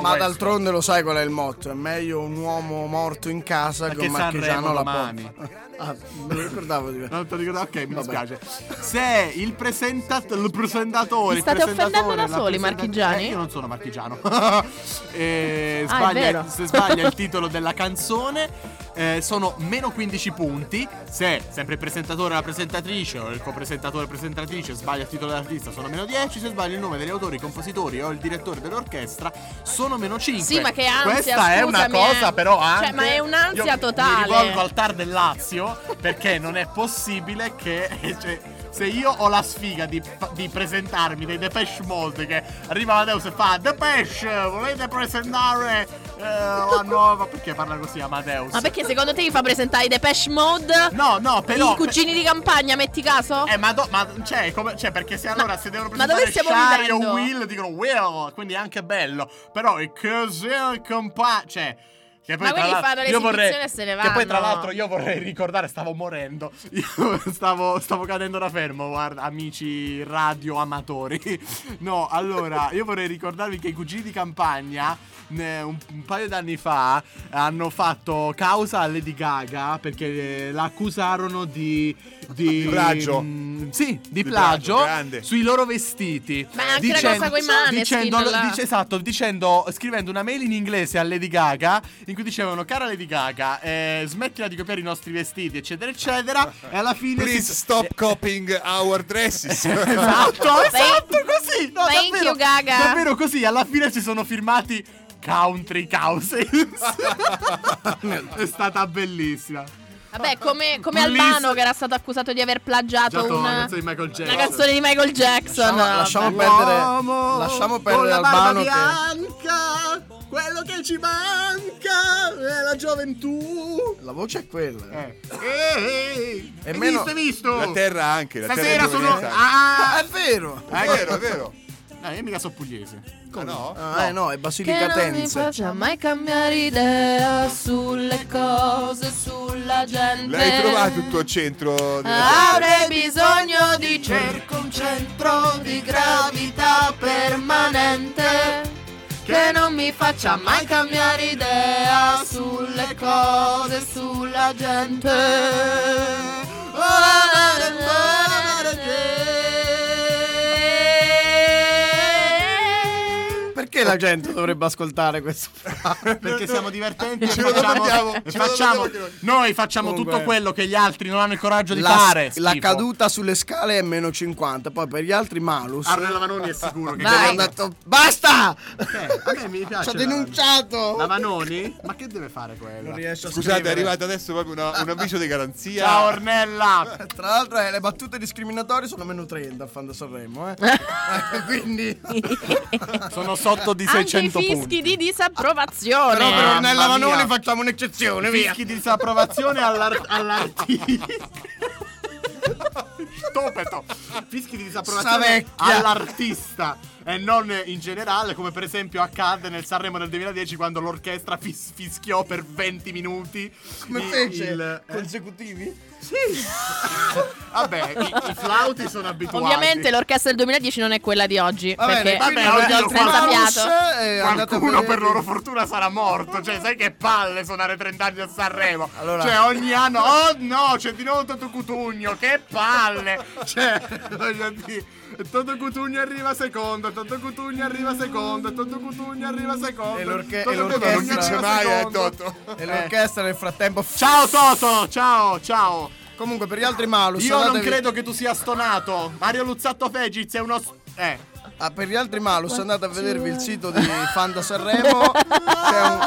Speaker 5: Ma
Speaker 6: questo.
Speaker 5: d'altronde lo sai qual è il motto? È meglio un uomo morto in casa che
Speaker 6: Perché
Speaker 5: un
Speaker 6: Sanremo
Speaker 5: marchigiano alla
Speaker 6: domani.
Speaker 5: porta. Ah, me lo ricordavo di me.
Speaker 6: Non te lo ricordo, ok, mi
Speaker 5: Vabbè.
Speaker 6: dispiace. Se il, presentat- il presentatore.
Speaker 3: Vi
Speaker 6: il
Speaker 3: state
Speaker 6: presentatore,
Speaker 3: offendendo da
Speaker 6: la
Speaker 3: soli,
Speaker 6: presenta-
Speaker 3: marchigiani?
Speaker 6: Eh, io non sono marchigiano. Eh,
Speaker 3: Ah, è
Speaker 6: sbaglia,
Speaker 3: vero.
Speaker 6: se sbaglia il titolo della canzone. eh, sono meno 15 punti. Se sempre il presentatore o la presentatrice o il copresentatore o presentatrice sbaglia il titolo dell'artista, sono meno 10. Se sbaglia il nome degli autori, compositori o il direttore dell'orchestra, sono meno 5.
Speaker 3: Sì, ma che ansia,
Speaker 6: Questa è una
Speaker 3: scusami, eh.
Speaker 6: cosa, però.
Speaker 3: Cioè,
Speaker 6: Anche
Speaker 3: ma è un'ansia
Speaker 6: Io mi
Speaker 3: totale.
Speaker 6: rivolgo al TAR del Lazio perché non è possibile che cioè, se io ho la sfiga di, di presentarmi dei Depeche Mode che arriva Amadeus e fa Depeche, volete presentare eh, la nuova... Perché parla così Amadeus?
Speaker 3: Ma perché secondo te gli fa presentare i Depeche Mode?
Speaker 6: No, no, però...
Speaker 3: I cugini di campagna, metti caso?
Speaker 6: Eh, ma, do- ma cioè, come- cioè, perché se allora se devono
Speaker 3: ma dove
Speaker 6: presentare
Speaker 3: stiamo
Speaker 6: Shari o
Speaker 3: vivendo?
Speaker 6: Will, dicono Will, quindi è anche bello. Però è così compa... Cioè... Che poi,
Speaker 3: Ma
Speaker 6: tra
Speaker 3: quelli
Speaker 6: l'altro,
Speaker 3: fanno
Speaker 6: io vorrei,
Speaker 3: l'esibizione e se ne
Speaker 6: Che poi tra
Speaker 3: vanno.
Speaker 6: l'altro io vorrei ricordare, stavo morendo, io stavo, stavo cadendo da fermo, guarda, amici radioamatori. No, allora, io vorrei ricordarvi che i cugini di campagna ne- un, un paio d'anni fa hanno fatto causa a Lady Gaga perché eh, la accusarono di... Di,
Speaker 4: Di plagio.
Speaker 6: mm, sì, di,
Speaker 4: Di plagio,
Speaker 6: plagio,
Speaker 4: grande.
Speaker 6: sui loro vestiti.
Speaker 3: Ma è anche la cosa coi Maneskin,
Speaker 6: dicendo,
Speaker 3: là.
Speaker 6: dice- Esatto, dicendo, scrivendo una mail in inglese a Lady Gaga in cui dicevano cara Lady Gaga, eh, smettila di copiare i nostri vestiti, eccetera, eccetera, e alla fine...
Speaker 4: Please
Speaker 6: si-
Speaker 4: stop copying our dresses.
Speaker 6: Esatto,
Speaker 3: Thank-
Speaker 6: esatto, così! No,
Speaker 3: Thank
Speaker 6: davvero,
Speaker 3: you, Gaga.
Speaker 6: Davvero così, alla fine si sono firmati Country Cousins. È stata bellissima.
Speaker 3: Vabbè, come, come
Speaker 6: Please.
Speaker 3: Albano che era stato accusato di aver plagiato
Speaker 6: Giacomo,
Speaker 3: una,
Speaker 6: canzone di Michael
Speaker 3: una
Speaker 6: Jackson.
Speaker 3: canzone di Michael Jackson.
Speaker 5: Lasciamo- lasciamo
Speaker 3: Vabbè.
Speaker 5: perdere-
Speaker 6: Uomo
Speaker 5: lasciamo
Speaker 6: con
Speaker 5: perdere
Speaker 6: la barba
Speaker 5: Albano che-
Speaker 6: bianca, quello che ci manca è la gioventù.
Speaker 5: La voce è quella.
Speaker 6: Eh. Ehi,
Speaker 5: E
Speaker 6: hai
Speaker 5: meno-
Speaker 6: visto, hai visto?
Speaker 4: La terra anche, la terra
Speaker 6: Stasera
Speaker 4: è
Speaker 6: sono...
Speaker 4: giovane.
Speaker 5: Ah,
Speaker 6: Ah,
Speaker 5: è vero.
Speaker 4: È vero, è vero.
Speaker 6: no, Eh, io mica so pugliese.
Speaker 4: Ah, no?
Speaker 5: Ah, eh no, è Basilica
Speaker 3: Che non mi
Speaker 5: Tense.
Speaker 3: faccia mai cambiare idea sulle cose, sulla gente.
Speaker 7: Eh.
Speaker 4: L'hai trovato il tuo centro Eh, della
Speaker 7: Ah,
Speaker 4: terra?
Speaker 3: Avrei bisogno di cerco un centro di gravità permanente che non mi faccia mai cambiare idea sulle cose, sulla gente.
Speaker 5: Perché la gente dovrebbe ascoltare questo?
Speaker 6: Perché siamo divertenti e
Speaker 4: Ce lo
Speaker 6: facciamo,
Speaker 4: domandiamo,
Speaker 6: e
Speaker 4: ce lo
Speaker 6: facciamo-
Speaker 4: domandiamo che
Speaker 6: noi facciamo
Speaker 5: Comunque-
Speaker 6: tutto quello che gli altri non hanno il coraggio di
Speaker 5: La,
Speaker 6: fare.
Speaker 5: la
Speaker 6: schifo.
Speaker 5: caduta sulle scale è meno 50, poi per gli altri malus.
Speaker 6: Arnella Vanoni è sicuro che
Speaker 3: Vai.
Speaker 5: Ho detto, basta!
Speaker 6: Eh, a me mi piace
Speaker 5: Ci ho
Speaker 6: la-
Speaker 5: denunciato!
Speaker 6: La Vanoni? Ma che deve fare quella?
Speaker 5: riesco a
Speaker 4: Scusate, è
Speaker 5: scrivere.
Speaker 4: arrivato adesso proprio una- un avviso di garanzia.
Speaker 6: Ciao Ornella!
Speaker 5: Tra l'altro eh, le battute discriminatorie sono meno 30 a Fan da Sanremo, eh. Quindi...
Speaker 6: Sono sotto di
Speaker 3: Anche i
Speaker 6: 600
Speaker 3: fischi
Speaker 6: punti.
Speaker 3: di disapprovazione.
Speaker 5: Però per
Speaker 6: Mamma
Speaker 5: Ornella Vanoni
Speaker 6: mia.
Speaker 5: facciamo un'eccezione, via.
Speaker 6: Fischi di disapprovazione all'ar- all'artista. Stupido. Fischi di disapprovazione
Speaker 5: Savecchia.
Speaker 6: all'artista e non in generale, come per esempio accadde nel Sanremo del 2010 quando l'orchestra fis- fischiò per 20 minuti.
Speaker 5: Come
Speaker 6: il-
Speaker 5: fece?
Speaker 6: il- eh,
Speaker 5: Consecutivi?
Speaker 6: vabbè, i, i flauti sono abituati.
Speaker 3: Ovviamente l'orchestra del 2010 non è quella di oggi.
Speaker 5: Va bene,
Speaker 3: perché
Speaker 5: quindi
Speaker 6: vabbè,
Speaker 5: per gli
Speaker 6: oggi
Speaker 5: altri
Speaker 6: lo fanno.
Speaker 5: malus,
Speaker 3: Senza
Speaker 5: eh, andate a
Speaker 6: Qualcuno
Speaker 5: vedere-
Speaker 6: per loro fortuna sarà morto. Cioè, sai che palle suonare 30 anni a Sanremo.
Speaker 5: Allora-
Speaker 6: Cioè, ogni anno. Oh no, c'è di nuovo Toto Cutugno. Che palle! Cioè, voglio dire. Toto Cutugno arriva secondo, Toto Cutugno arriva secondo, Toto Cutugno arriva secondo.
Speaker 5: E l'orche-
Speaker 6: Toto
Speaker 5: e
Speaker 6: Cutugno
Speaker 5: l'orchestra-
Speaker 6: arriva
Speaker 4: Non vince mai, eh,
Speaker 6: secondo.
Speaker 4: Toto.
Speaker 5: E l'orchestra nel frattempo...
Speaker 6: Ciao Toto, ciao, ciao.
Speaker 5: Comunque per gli altri malus...
Speaker 6: Io non
Speaker 5: andatevi-
Speaker 6: credo che tu sia stonato. Mario Luzzatto Fegiz è uno. s- Eh.
Speaker 5: Ah, per gli altri malus andate a vedervi il sito di Fanda Sanremo. C'è un,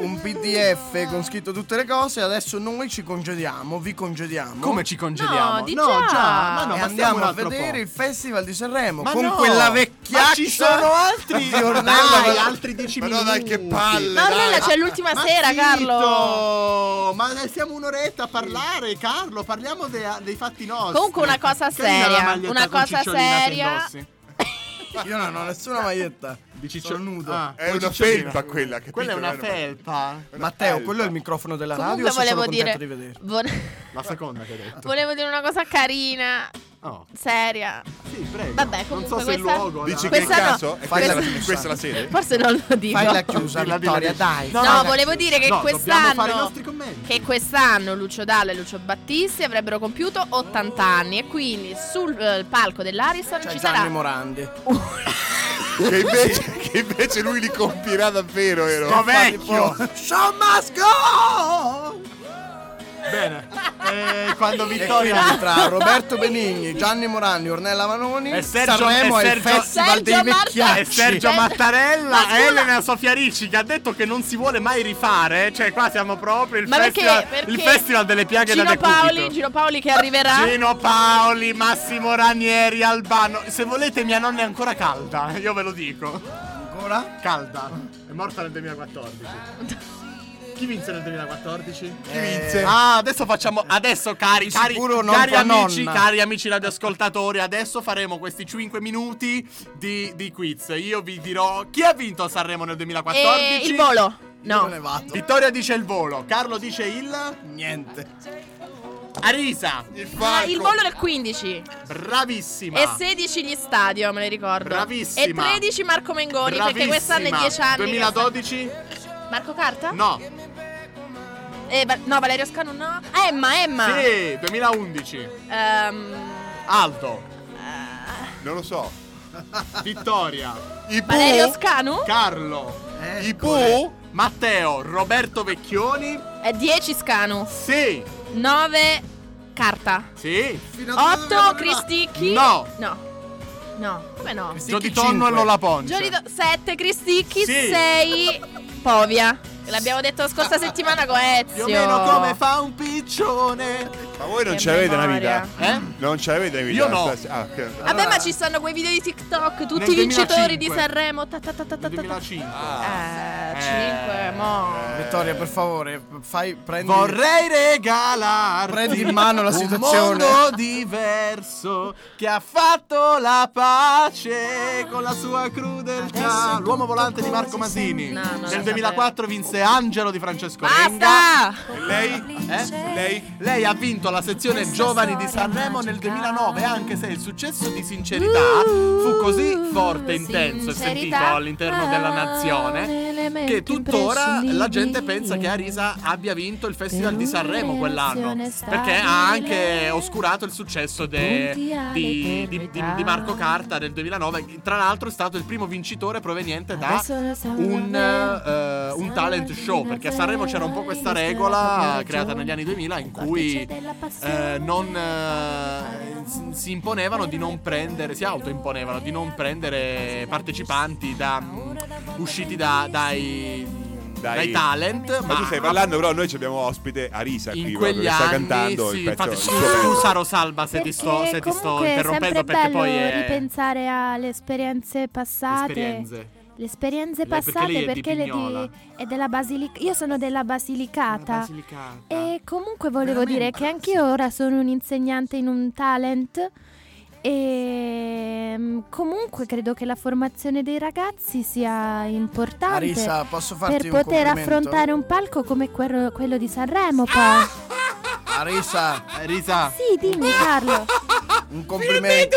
Speaker 5: un PDF con scritto tutte le cose. Adesso noi ci congediamo, vi congediamo.
Speaker 6: Come ci congeliamo?
Speaker 3: No, di
Speaker 6: no,
Speaker 3: già.
Speaker 6: già. Ma no,
Speaker 5: e
Speaker 6: ma
Speaker 5: andiamo a vedere il Festival di Sanremo con quella vecchiaccia.
Speaker 6: Ma ci sono altri.
Speaker 5: di Ornella.
Speaker 6: Dai, altri 10
Speaker 4: Ma no,
Speaker 6: minuti.
Speaker 4: dai, che palle!
Speaker 3: Ma
Speaker 4: dai.
Speaker 3: Ornella c'è l'ultima
Speaker 6: Ma
Speaker 3: sera,
Speaker 6: zitto!
Speaker 3: Carlo.
Speaker 6: Ma eh, siamo un'oretta a parlare, Carlo. Parliamo dei, dei fatti nostri.
Speaker 3: Comunque una cosa
Speaker 6: Carina la
Speaker 3: seria,
Speaker 6: maglietta
Speaker 3: una
Speaker 6: con
Speaker 3: cosa
Speaker 6: Cicciolina che
Speaker 3: seria.
Speaker 6: indossi.
Speaker 5: Io non ho nessuna maglietta.
Speaker 6: Di Ciccio
Speaker 5: Sono nudo. Eh,
Speaker 6: Ah,
Speaker 4: È
Speaker 6: con
Speaker 4: una
Speaker 6: Cicciolina.
Speaker 4: felpa quella, eh, capito?
Speaker 6: Quella è una
Speaker 4: Non è una-
Speaker 6: felpa.
Speaker 5: Matteo, quello è il microfono della
Speaker 3: Comunque
Speaker 5: radio. se sono
Speaker 3: volevo
Speaker 5: contento
Speaker 3: dire,
Speaker 5: di vederti.
Speaker 3: vo-
Speaker 6: La seconda che hai detto.
Speaker 3: volevo dire una cosa carina,
Speaker 6: Oh,
Speaker 3: seria.
Speaker 6: sì, prego.
Speaker 3: Vabbè,
Speaker 6: non
Speaker 3: comunque
Speaker 6: so se il
Speaker 3: questa-
Speaker 6: luogo.
Speaker 4: Dici
Speaker 6: no.
Speaker 4: che è il
Speaker 3: Questa no,
Speaker 4: caso? È
Speaker 5: questa-
Speaker 4: questa, la- questa la sede?
Speaker 3: Forse non lo dico.
Speaker 5: Fai la chiusa,
Speaker 6: Dilla, dilla,
Speaker 5: Vittoria,
Speaker 6: dilla.
Speaker 5: dai.
Speaker 3: No, volevo dire che
Speaker 6: no, dobbiamo fare i
Speaker 3: quest'anno
Speaker 6: nostri commenti.
Speaker 3: che quest'anno Lucio Dalla e Lucio Battisti avrebbero compiuto 80 anni e quindi sul eh, palco dell'Ariston
Speaker 5: C'è
Speaker 3: ci
Speaker 5: Gianni
Speaker 3: sarà
Speaker 5: Morandi.
Speaker 4: Che invece, che invece lui li compirà davvero, vero?
Speaker 6: Sto vecchio.
Speaker 5: Show must go!
Speaker 6: Bene. Eh, quando
Speaker 5: E
Speaker 6: Vittoria
Speaker 5: quindi tra Roberto Benigni, Gianni Morandi, Ornella Manoni,
Speaker 6: E Sergio-
Speaker 5: Sanremo
Speaker 6: e
Speaker 5: è il
Speaker 6: Sergio-
Speaker 5: festival dei
Speaker 7: Sergio Marta-
Speaker 5: vecchiacci.
Speaker 6: e Sergio
Speaker 7: Sì. Ma
Speaker 6: Mattarella
Speaker 7: scusa.
Speaker 6: e Elena Sofia Ricci che ha detto che non si vuole mai rifare. Cioè, qua siamo proprio il,
Speaker 7: Ma perché,
Speaker 6: festival,
Speaker 7: perché
Speaker 6: il festival delle piaghe
Speaker 7: Gino
Speaker 6: da
Speaker 7: Paoli,
Speaker 6: decubito.
Speaker 7: Gino Paoli che arriverà.
Speaker 6: Gino Paoli, Massimo Ranieri, Albano. Se volete, mia nonna è ancora calda. Io ve lo dico.
Speaker 5: Ancora?
Speaker 6: Calda. È morta nel 2014. Chi vinse nel 2014?
Speaker 5: Chi vinse?
Speaker 6: Ah, adesso facciamo. Adesso, cari,
Speaker 5: Di
Speaker 6: cari,
Speaker 5: sicuro non
Speaker 6: cari
Speaker 5: tua
Speaker 6: amici,
Speaker 5: nonna.
Speaker 6: cari amici radioascoltatori, adesso faremo questi 5 minuti di, di quiz. Io vi dirò chi ha vinto a Sanremo nel 2014.
Speaker 7: E Eh, il volo.
Speaker 5: Me ne
Speaker 7: No.
Speaker 5: vado.
Speaker 6: Vittoria dice il volo, Carlo dice il.
Speaker 5: Niente.
Speaker 6: Arisa,
Speaker 4: Il
Speaker 7: Ah,
Speaker 4: falco.
Speaker 7: il volo del 15
Speaker 6: bravissima.
Speaker 7: e 16 gli stadio, me le ricordo.
Speaker 6: Bravissima.
Speaker 7: E 13 Marco Mengoni, perché
Speaker 6: Bravissima.
Speaker 7: quest'anno è 10 anni. che
Speaker 6: 2012?
Speaker 7: sta- Marco Carta?
Speaker 6: No.
Speaker 7: Eh, va- no, Valerio Scanu no. Ah, Emma, Emma.
Speaker 6: Sì, 2011.
Speaker 7: Ehm,
Speaker 6: Aldo,
Speaker 4: Non lo so.
Speaker 6: Vittoria,
Speaker 4: I Pooh?
Speaker 7: Valerio Scanu?
Speaker 6: Carlo,
Speaker 5: Eccole.
Speaker 6: I Pooh, Matteo, Roberto Vecchioni.
Speaker 7: Eh, 10 Scanu.
Speaker 6: Sì,
Speaker 7: 9 Carta.
Speaker 6: sì.
Speaker 5: Fino a dove
Speaker 7: 8
Speaker 5: abbiamo
Speaker 7: Cristicchi?
Speaker 6: No.
Speaker 7: No. No, come no?
Speaker 6: Giodi Tonno e Lola Ponce.
Speaker 7: 7 Cristicchi,
Speaker 6: Sì.
Speaker 7: 6 Povia. L'abbiamo detto la scorsa settimana con Ezio.
Speaker 6: Più o meno come fa un piccione.
Speaker 4: Ma voi non
Speaker 7: Che
Speaker 4: ce l'avete la
Speaker 7: memoria.
Speaker 4: vita?
Speaker 6: Eh?
Speaker 4: Non ce l'avete la vita?
Speaker 6: Io no.
Speaker 4: Ah, ok.
Speaker 7: Vabbè, ma ci stanno quei video di TikTok, tutti
Speaker 6: Nel
Speaker 7: i vincitori
Speaker 6: 2005.
Speaker 7: di Sanremo. Ta, ta, ta, ta, ta, ta, ta.
Speaker 6: 2005.
Speaker 7: Eh,
Speaker 6: Eh.
Speaker 7: 5, mo.
Speaker 5: Vittoria, per favore, fai, prendi,
Speaker 6: Vorrei regalarti
Speaker 5: prendi in mano la
Speaker 6: Un
Speaker 5: situazione.
Speaker 6: mondo diverso che ha fatto la pace con la sua crudeltà. L'uomo volante di Marco Masini.
Speaker 7: No, non lo
Speaker 6: Nel
Speaker 7: sapevo.
Speaker 6: 2004 vinse Angelo di Francesco Renga.
Speaker 7: Basta!
Speaker 4: E lei?
Speaker 6: Eh?
Speaker 4: Lei?
Speaker 6: Lei ha vinto la sezione giovani di Sanremo nel 2009, anche se il successo di sincerità fu così forte e intenso e sentito
Speaker 7: Sincerità
Speaker 6: all'interno della nazione che tuttora la gente pensa che Arisa abbia vinto il Festival di Sanremo quell'anno, perché ha anche oscurato il successo de- di, di- di- di Marco Carta nel 2009, che tra l'altro è stato il primo vincitore proveniente da un, eh, un talent show, perché a Sanremo c'era un po' questa regola creata negli anni 2000 in cui eh, non eh, s- si imponevano di non prendere, si autoimponevano di non prendere partecipanti da, mm, usciti da- dai,
Speaker 4: Dai.
Speaker 6: dai talent.
Speaker 4: Ma tu stai parlando, però noi ci abbiamo ospite Arisa qui,
Speaker 6: Ah. in
Speaker 4: proprio,
Speaker 6: quegli
Speaker 4: che sta
Speaker 6: anni
Speaker 4: cantando
Speaker 6: sì,
Speaker 4: il pezzo.
Speaker 6: infatti
Speaker 4: il
Speaker 6: su-
Speaker 4: suo pezzo.
Speaker 6: scusa Rosalba se ti sto,
Speaker 3: Perché
Speaker 6: se ti sto
Speaker 3: comunque è
Speaker 6: interrompendo
Speaker 3: sempre
Speaker 6: perché
Speaker 3: bello
Speaker 6: poi è
Speaker 3: ripensare alle esperienze passate.
Speaker 6: esperienze.
Speaker 3: Le esperienze
Speaker 6: Lei- perché lei
Speaker 3: passate
Speaker 6: è di
Speaker 3: perché, le
Speaker 6: Pignola.
Speaker 3: è della Basilicata. Io sono della Basilicata.
Speaker 6: Basilicata.
Speaker 3: E comunque volevo dire
Speaker 6: Veramente?
Speaker 3: che anch'io ora sono un'insegnante in un talent. E mm, comunque credo che la formazione dei ragazzi sia importante
Speaker 5: Arisa, posso farti
Speaker 3: per
Speaker 5: un
Speaker 3: poter
Speaker 5: complimento?
Speaker 3: affrontare un palco come quello, quello di Sanremo.
Speaker 6: Ah!
Speaker 3: Poi.
Speaker 5: Arisa,
Speaker 6: Eh, Risa,
Speaker 3: Sì, dimmi Carlo.
Speaker 5: un complimento.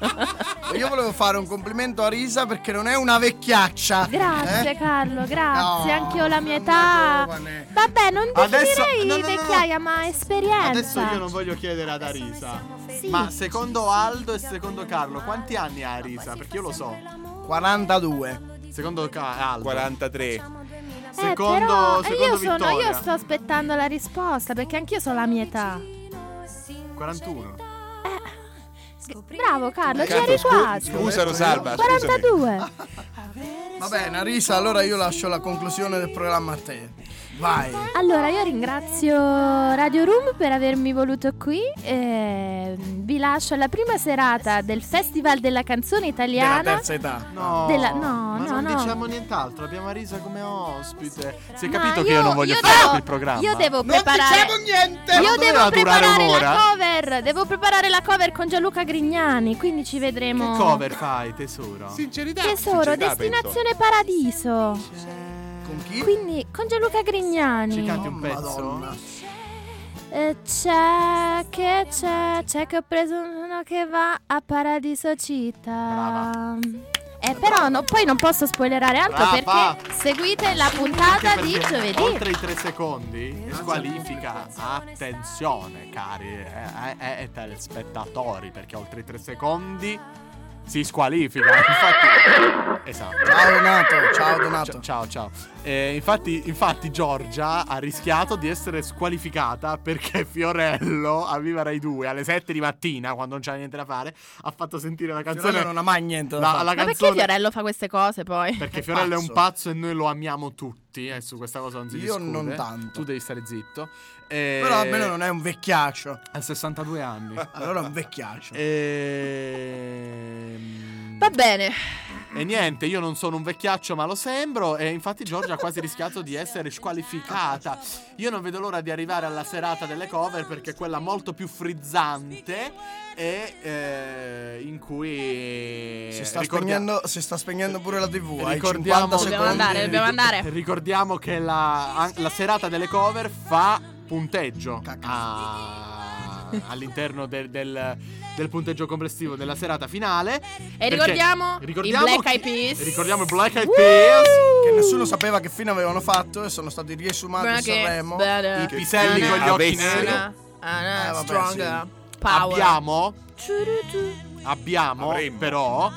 Speaker 5: Io volevo fare un complimento a Arisa perché non è una vecchiaccia.
Speaker 3: Grazie
Speaker 5: Eh?
Speaker 3: Carlo,
Speaker 5: No,
Speaker 3: grazie, anche io la mia
Speaker 5: una
Speaker 3: età.
Speaker 5: giovane.
Speaker 3: Vabbè, non
Speaker 6: Adesso-
Speaker 3: definirei
Speaker 6: no, no, no, no.
Speaker 3: vecchiaia, ma esperienza.
Speaker 6: adesso io non voglio chiedere ad Arisa.
Speaker 3: Sì. Eh,
Speaker 6: Ma secondo Aldo e secondo Carlo, quanti anni ha Arisa? Perché io lo so.
Speaker 5: 42.
Speaker 6: Secondo Ca- Aldo.
Speaker 4: 43.
Speaker 6: Secondo-
Speaker 3: eh, però
Speaker 6: secondo
Speaker 3: io, sono,
Speaker 6: Vittoria.
Speaker 3: io sto aspettando la risposta perché anch'io so la mia età.
Speaker 6: 41.
Speaker 3: Bravo Carlo, ci
Speaker 4: Cazzo,
Speaker 3: eri
Speaker 4: scu-
Speaker 3: quasi.
Speaker 4: scusa Rosalba, scusami.
Speaker 3: 42.
Speaker 5: Va bene, Arisa, allora io lascio la conclusione del programma a te. Vai.
Speaker 3: Allora, io ringrazio Radio Room per avermi voluto qui. eh, vi lascio alla prima serata del Festival della Canzone
Speaker 5: Della
Speaker 3: Italiana.
Speaker 5: terza età.
Speaker 6: No,
Speaker 3: Della-
Speaker 6: ma
Speaker 3: no, no,
Speaker 6: non
Speaker 3: no.
Speaker 6: diciamo nient'altro, abbiamo Arisa come ospite. Si è
Speaker 3: Ma
Speaker 6: capito che io non voglio
Speaker 3: io
Speaker 6: fare
Speaker 3: devo-
Speaker 6: il programma.
Speaker 3: Io devo
Speaker 5: Non
Speaker 3: preparare.
Speaker 5: diciamo niente.
Speaker 3: Io
Speaker 6: non
Speaker 3: devo
Speaker 6: doveva durare
Speaker 3: preparare la
Speaker 6: un'ora?
Speaker 3: cover. Devo preparare la cover con Gianluca Grignani. Quindi ci vedremo.
Speaker 6: Che cover fai, tesoro?
Speaker 4: Sincerità.
Speaker 3: Tesoro,
Speaker 4: Sincerità, penso.
Speaker 3: destinazione paradiso.
Speaker 5: Con chi?
Speaker 3: Quindi con Gianluca
Speaker 6: Ci
Speaker 3: Grignani.
Speaker 6: canti un pezzo?
Speaker 5: Madonna.
Speaker 3: Eh, c'è che c'è, c'è che ho preso uno che va a paradiso città.
Speaker 6: Brava.
Speaker 3: Eh, però no- poi non posso spoilerare altro
Speaker 6: Brava.
Speaker 3: perché seguite la puntata
Speaker 6: Anche
Speaker 3: di
Speaker 6: perché
Speaker 3: giovedì.
Speaker 6: Oltre i tre secondi squalifica. Attenzione, cari eh, eh, eh, telespettatori, perché oltre i tre secondi si squalifica. Infatti,
Speaker 2: Donato.
Speaker 1: Esatto.
Speaker 5: Ciao Donato, ciao Donato.
Speaker 6: Cioè,
Speaker 1: Ciao, ciao. ciao. Eh, infatti, infatti Giorgia ha rischiato di essere squalificata perché Fiorello a Viva Rai 2 alle 7 di mattina, quando non c'era niente da fare, ha fatto sentire la canzone.
Speaker 5: Fiorello non ha mai niente da
Speaker 1: la-
Speaker 5: fare.
Speaker 1: la
Speaker 3: Ma perché
Speaker 1: canzone-
Speaker 3: Fiorello fa queste cose poi?
Speaker 1: Perché
Speaker 5: È
Speaker 1: Fiorello è un
Speaker 5: pazzo.
Speaker 1: pazzo e noi lo amiamo tutti, e su questa cosa non si
Speaker 5: Io
Speaker 1: discute.
Speaker 5: non tanto.
Speaker 1: Tu devi stare zitto. E-
Speaker 6: eh.
Speaker 5: Però almeno non è un vecchiaccio.
Speaker 1: Ha 62 anni.
Speaker 5: Allora è un vecchiaccio.
Speaker 1: Eh, Ehm,
Speaker 3: Va bene.
Speaker 1: E niente, io non sono un vecchiaccio, ma lo sembro. E infatti Giorgia ha quasi rischiato di essere squalificata. Io non vedo l'ora di arrivare alla serata delle cover perché è quella molto più frizzante e eh, in cui
Speaker 5: Si sta,
Speaker 1: ricordia-
Speaker 5: spegnendo, si sta spegnendo pure la TV. hai 50
Speaker 1: Ricordiamo- Dobbiamo
Speaker 5: secondi.
Speaker 3: andare, dobbiamo andare.
Speaker 1: Ricordiamo che la, an- la serata delle cover fa punteggio
Speaker 5: Cacca.
Speaker 1: a- all'interno del, del- del punteggio complessivo della serata finale.
Speaker 3: E
Speaker 1: Perché-
Speaker 3: ricordiamo i Black
Speaker 1: chi-
Speaker 3: Eyed Peas.
Speaker 1: Ricordiamo i Black Eyed Peas.
Speaker 5: Che nessuno sapeva che fine avevano fatto e sono stati riesumati a Sanremo.
Speaker 1: I piselli con gli occhi
Speaker 4: Avessero.
Speaker 1: neri.
Speaker 5: Eh, vabbè,
Speaker 3: Strong Power
Speaker 1: Abbiamo, abbiamo
Speaker 4: Avremmo.
Speaker 1: però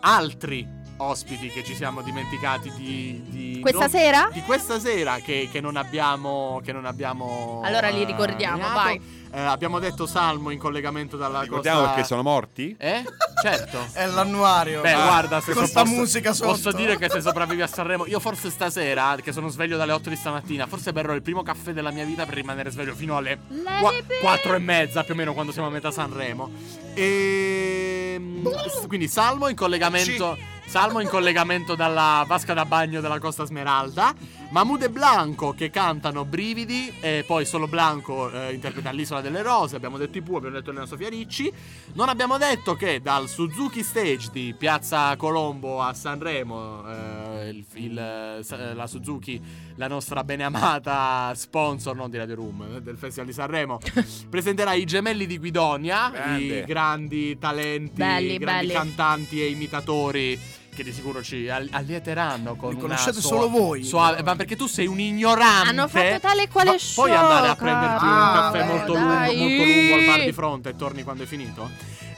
Speaker 1: altri ospiti che ci siamo dimenticati di, di-
Speaker 2: Questa
Speaker 1: non-
Speaker 2: sera?
Speaker 1: di questa sera che, che non abbiamo che non abbiamo
Speaker 3: Allora li
Speaker 1: eh,
Speaker 3: ricordiamo,
Speaker 1: nominato.
Speaker 3: vai.
Speaker 1: Eh, abbiamo detto Salmo in collegamento dalla
Speaker 4: Ricordiamo
Speaker 1: costa-
Speaker 4: che sono morti?
Speaker 1: eh? certo
Speaker 5: È l'annuario.
Speaker 1: Beh,
Speaker 5: Ah,
Speaker 1: guarda, se
Speaker 5: con
Speaker 1: so-
Speaker 5: sta
Speaker 1: posso-
Speaker 5: musica sotto.
Speaker 1: Posso dire che se sopravvivi a Sanremo, io forse stasera, che sono sveglio dalle 8 di stamattina, forse berrò il primo caffè della mia vita per rimanere sveglio fino alle 4 e mezza più o meno quando siamo a metà Sanremo. E quindi Salmo in collegamento Salmo in collegamento dalla vasca da bagno della Costa Smeralda, Mahmoud e Blanco che cantano Brividi e poi solo Blanco eh, interpreta l'Isola delle Rose, abbiamo detto i Pooh, abbiamo detto Elena Sofia Ricci, non abbiamo detto che dal Suzuki Stage di Piazza Colombo a Sanremo, eh, il- il, eh, sa- la Suzuki, la nostra beneamata sponsor, non di Radio Room, eh, del Festival di Sanremo, presenterà i gemelli di Guidonia,
Speaker 4: Grande.
Speaker 1: i grandi talenti,
Speaker 3: Belli,
Speaker 1: i grandi
Speaker 3: belli.
Speaker 1: cantanti e imitatori che di sicuro ci al- allieteranno con
Speaker 5: Li
Speaker 1: una
Speaker 5: conoscete
Speaker 1: sua-
Speaker 5: solo voi.
Speaker 1: sua- ma perché tu sei un ignorante.
Speaker 2: Hanno fatto tale e quale
Speaker 1: Ma
Speaker 2: show,
Speaker 1: Puoi andare a prenderti un
Speaker 5: cavolo.
Speaker 1: caffè
Speaker 5: Ah,
Speaker 1: molto,
Speaker 5: beh,
Speaker 1: lungo,
Speaker 3: dai.
Speaker 1: molto lungo al bar di fronte e torni quando è finito?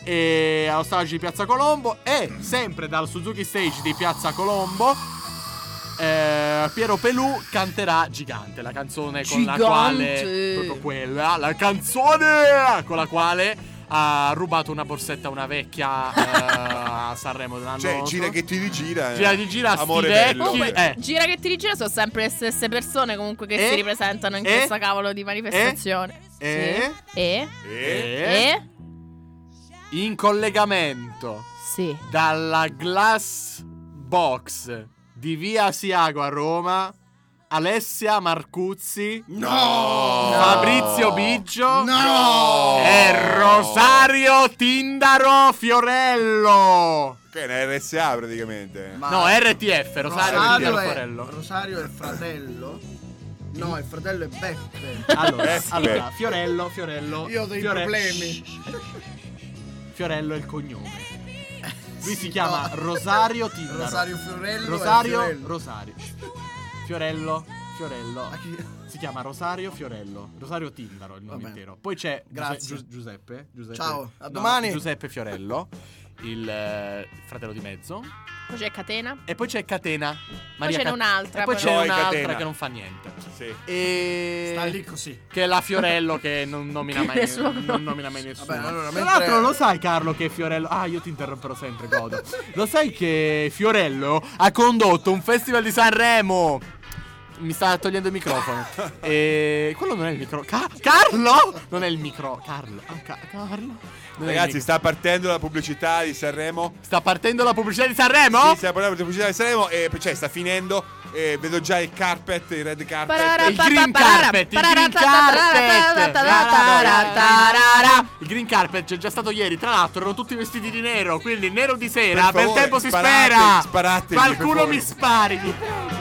Speaker 1: E allo stage di Piazza Colombo e sempre dal Suzuki Stage di Piazza Colombo eh, Piero Pelù canterà Gigante, la canzone con la
Speaker 3: Gigante.
Speaker 1: quale proprio quella, la canzone con la quale ha rubato una borsetta a una vecchia eh, a Sanremo dell'anno
Speaker 4: Cioè, gira
Speaker 1: scorso.
Speaker 4: che ti rigira. eh.
Speaker 1: Gira di gira, sti
Speaker 4: Amore
Speaker 1: vecchi,
Speaker 4: bello.
Speaker 1: Comunque, eh.
Speaker 3: Gira che ti rigira sono sempre le stesse persone comunque che
Speaker 1: E?
Speaker 3: si ripresentano in
Speaker 1: E?
Speaker 3: questa cavolo di manifestazione.
Speaker 1: E?
Speaker 3: Sì. E?
Speaker 4: Eh?
Speaker 3: E?
Speaker 1: in collegamento
Speaker 3: Sì.
Speaker 1: dalla Glass Box di Via Siago a Roma Alessia Marcuzzi
Speaker 4: No!
Speaker 1: Fabrizio Biggio
Speaker 4: No!
Speaker 1: e Rosario Tindaro Fiorello
Speaker 4: Che è una RSA praticamente.
Speaker 5: Ma-
Speaker 1: No, RTF, Rosario, Tindaro
Speaker 5: è-
Speaker 1: Fiorello
Speaker 5: Rosario è il fratello? No, il fratello è Beppe.
Speaker 1: allora,
Speaker 4: Eh, sì.
Speaker 1: allora, Fiorello, Fiorello
Speaker 5: Io ho dei
Speaker 1: Fiore-
Speaker 5: problemi.
Speaker 1: Fiorello è il cognome Lui si chiama Rosario Tindaro
Speaker 5: Rosario Fiorello. è
Speaker 1: Rosario
Speaker 5: Fiorello.
Speaker 1: Rosario Fiorello Fiorello
Speaker 5: Ma chi-
Speaker 1: si chiama Rosario Fiorello Rosario Tindaro il nome
Speaker 5: Vabbè.
Speaker 1: intero poi c'è Giuse-
Speaker 5: Grazie.
Speaker 1: Giu- Giuseppe, Giuseppe
Speaker 5: Ciao, a
Speaker 1: no,
Speaker 5: domani.
Speaker 1: Giuseppe Fiorello il eh, fratello di mezzo
Speaker 3: Poi c'è Catena.
Speaker 1: e poi c'è Catena Maria
Speaker 3: c'è
Speaker 1: Cat-
Speaker 3: un'altra,
Speaker 1: e poi
Speaker 3: poi.
Speaker 1: c'è
Speaker 4: Joy
Speaker 1: un'altra
Speaker 4: Catena.
Speaker 1: che non fa niente
Speaker 4: Sì.
Speaker 1: e
Speaker 5: Sta lì così.
Speaker 1: che è la Fiorello che non nomina mai,
Speaker 3: Nessuno.
Speaker 1: non nomina mai nessuno.
Speaker 5: Vabbè, allora,
Speaker 1: Tra
Speaker 5: mentre-
Speaker 1: l'altro lo sai Carlo che Fiorello... Ah, io ti interromperò sempre, godo. lo sai che Fiorello ha condotto un festival di Sanremo? Mi sta togliendo il microfono. E quello non è il micro... Ca- Carlo? Non è il micro... Carlo. Ah, Ca- Carlo. Non è il
Speaker 4: Ragazzi,
Speaker 1: micro-
Speaker 4: sta partendo la pubblicità di Sanremo.
Speaker 1: sta partendo la pubblicità di Sanremo?
Speaker 4: Sì, sta partendo la pubblicità di Sanremo. E cioè, sta finendo. E vedo già il carpet, il red carpet.
Speaker 3: Parara-
Speaker 1: il green carpet, Ah, il green carpet. Il green carpet c'è già stato ieri, tra l'altro erano tutti vestiti di nero, quindi nero di sera,
Speaker 4: Per
Speaker 1: bel
Speaker 4: favore,
Speaker 1: tempo si
Speaker 4: sparate,
Speaker 1: spera.
Speaker 4: sparatemi, per
Speaker 1: Qualcuno
Speaker 4: favore.
Speaker 1: mi spari.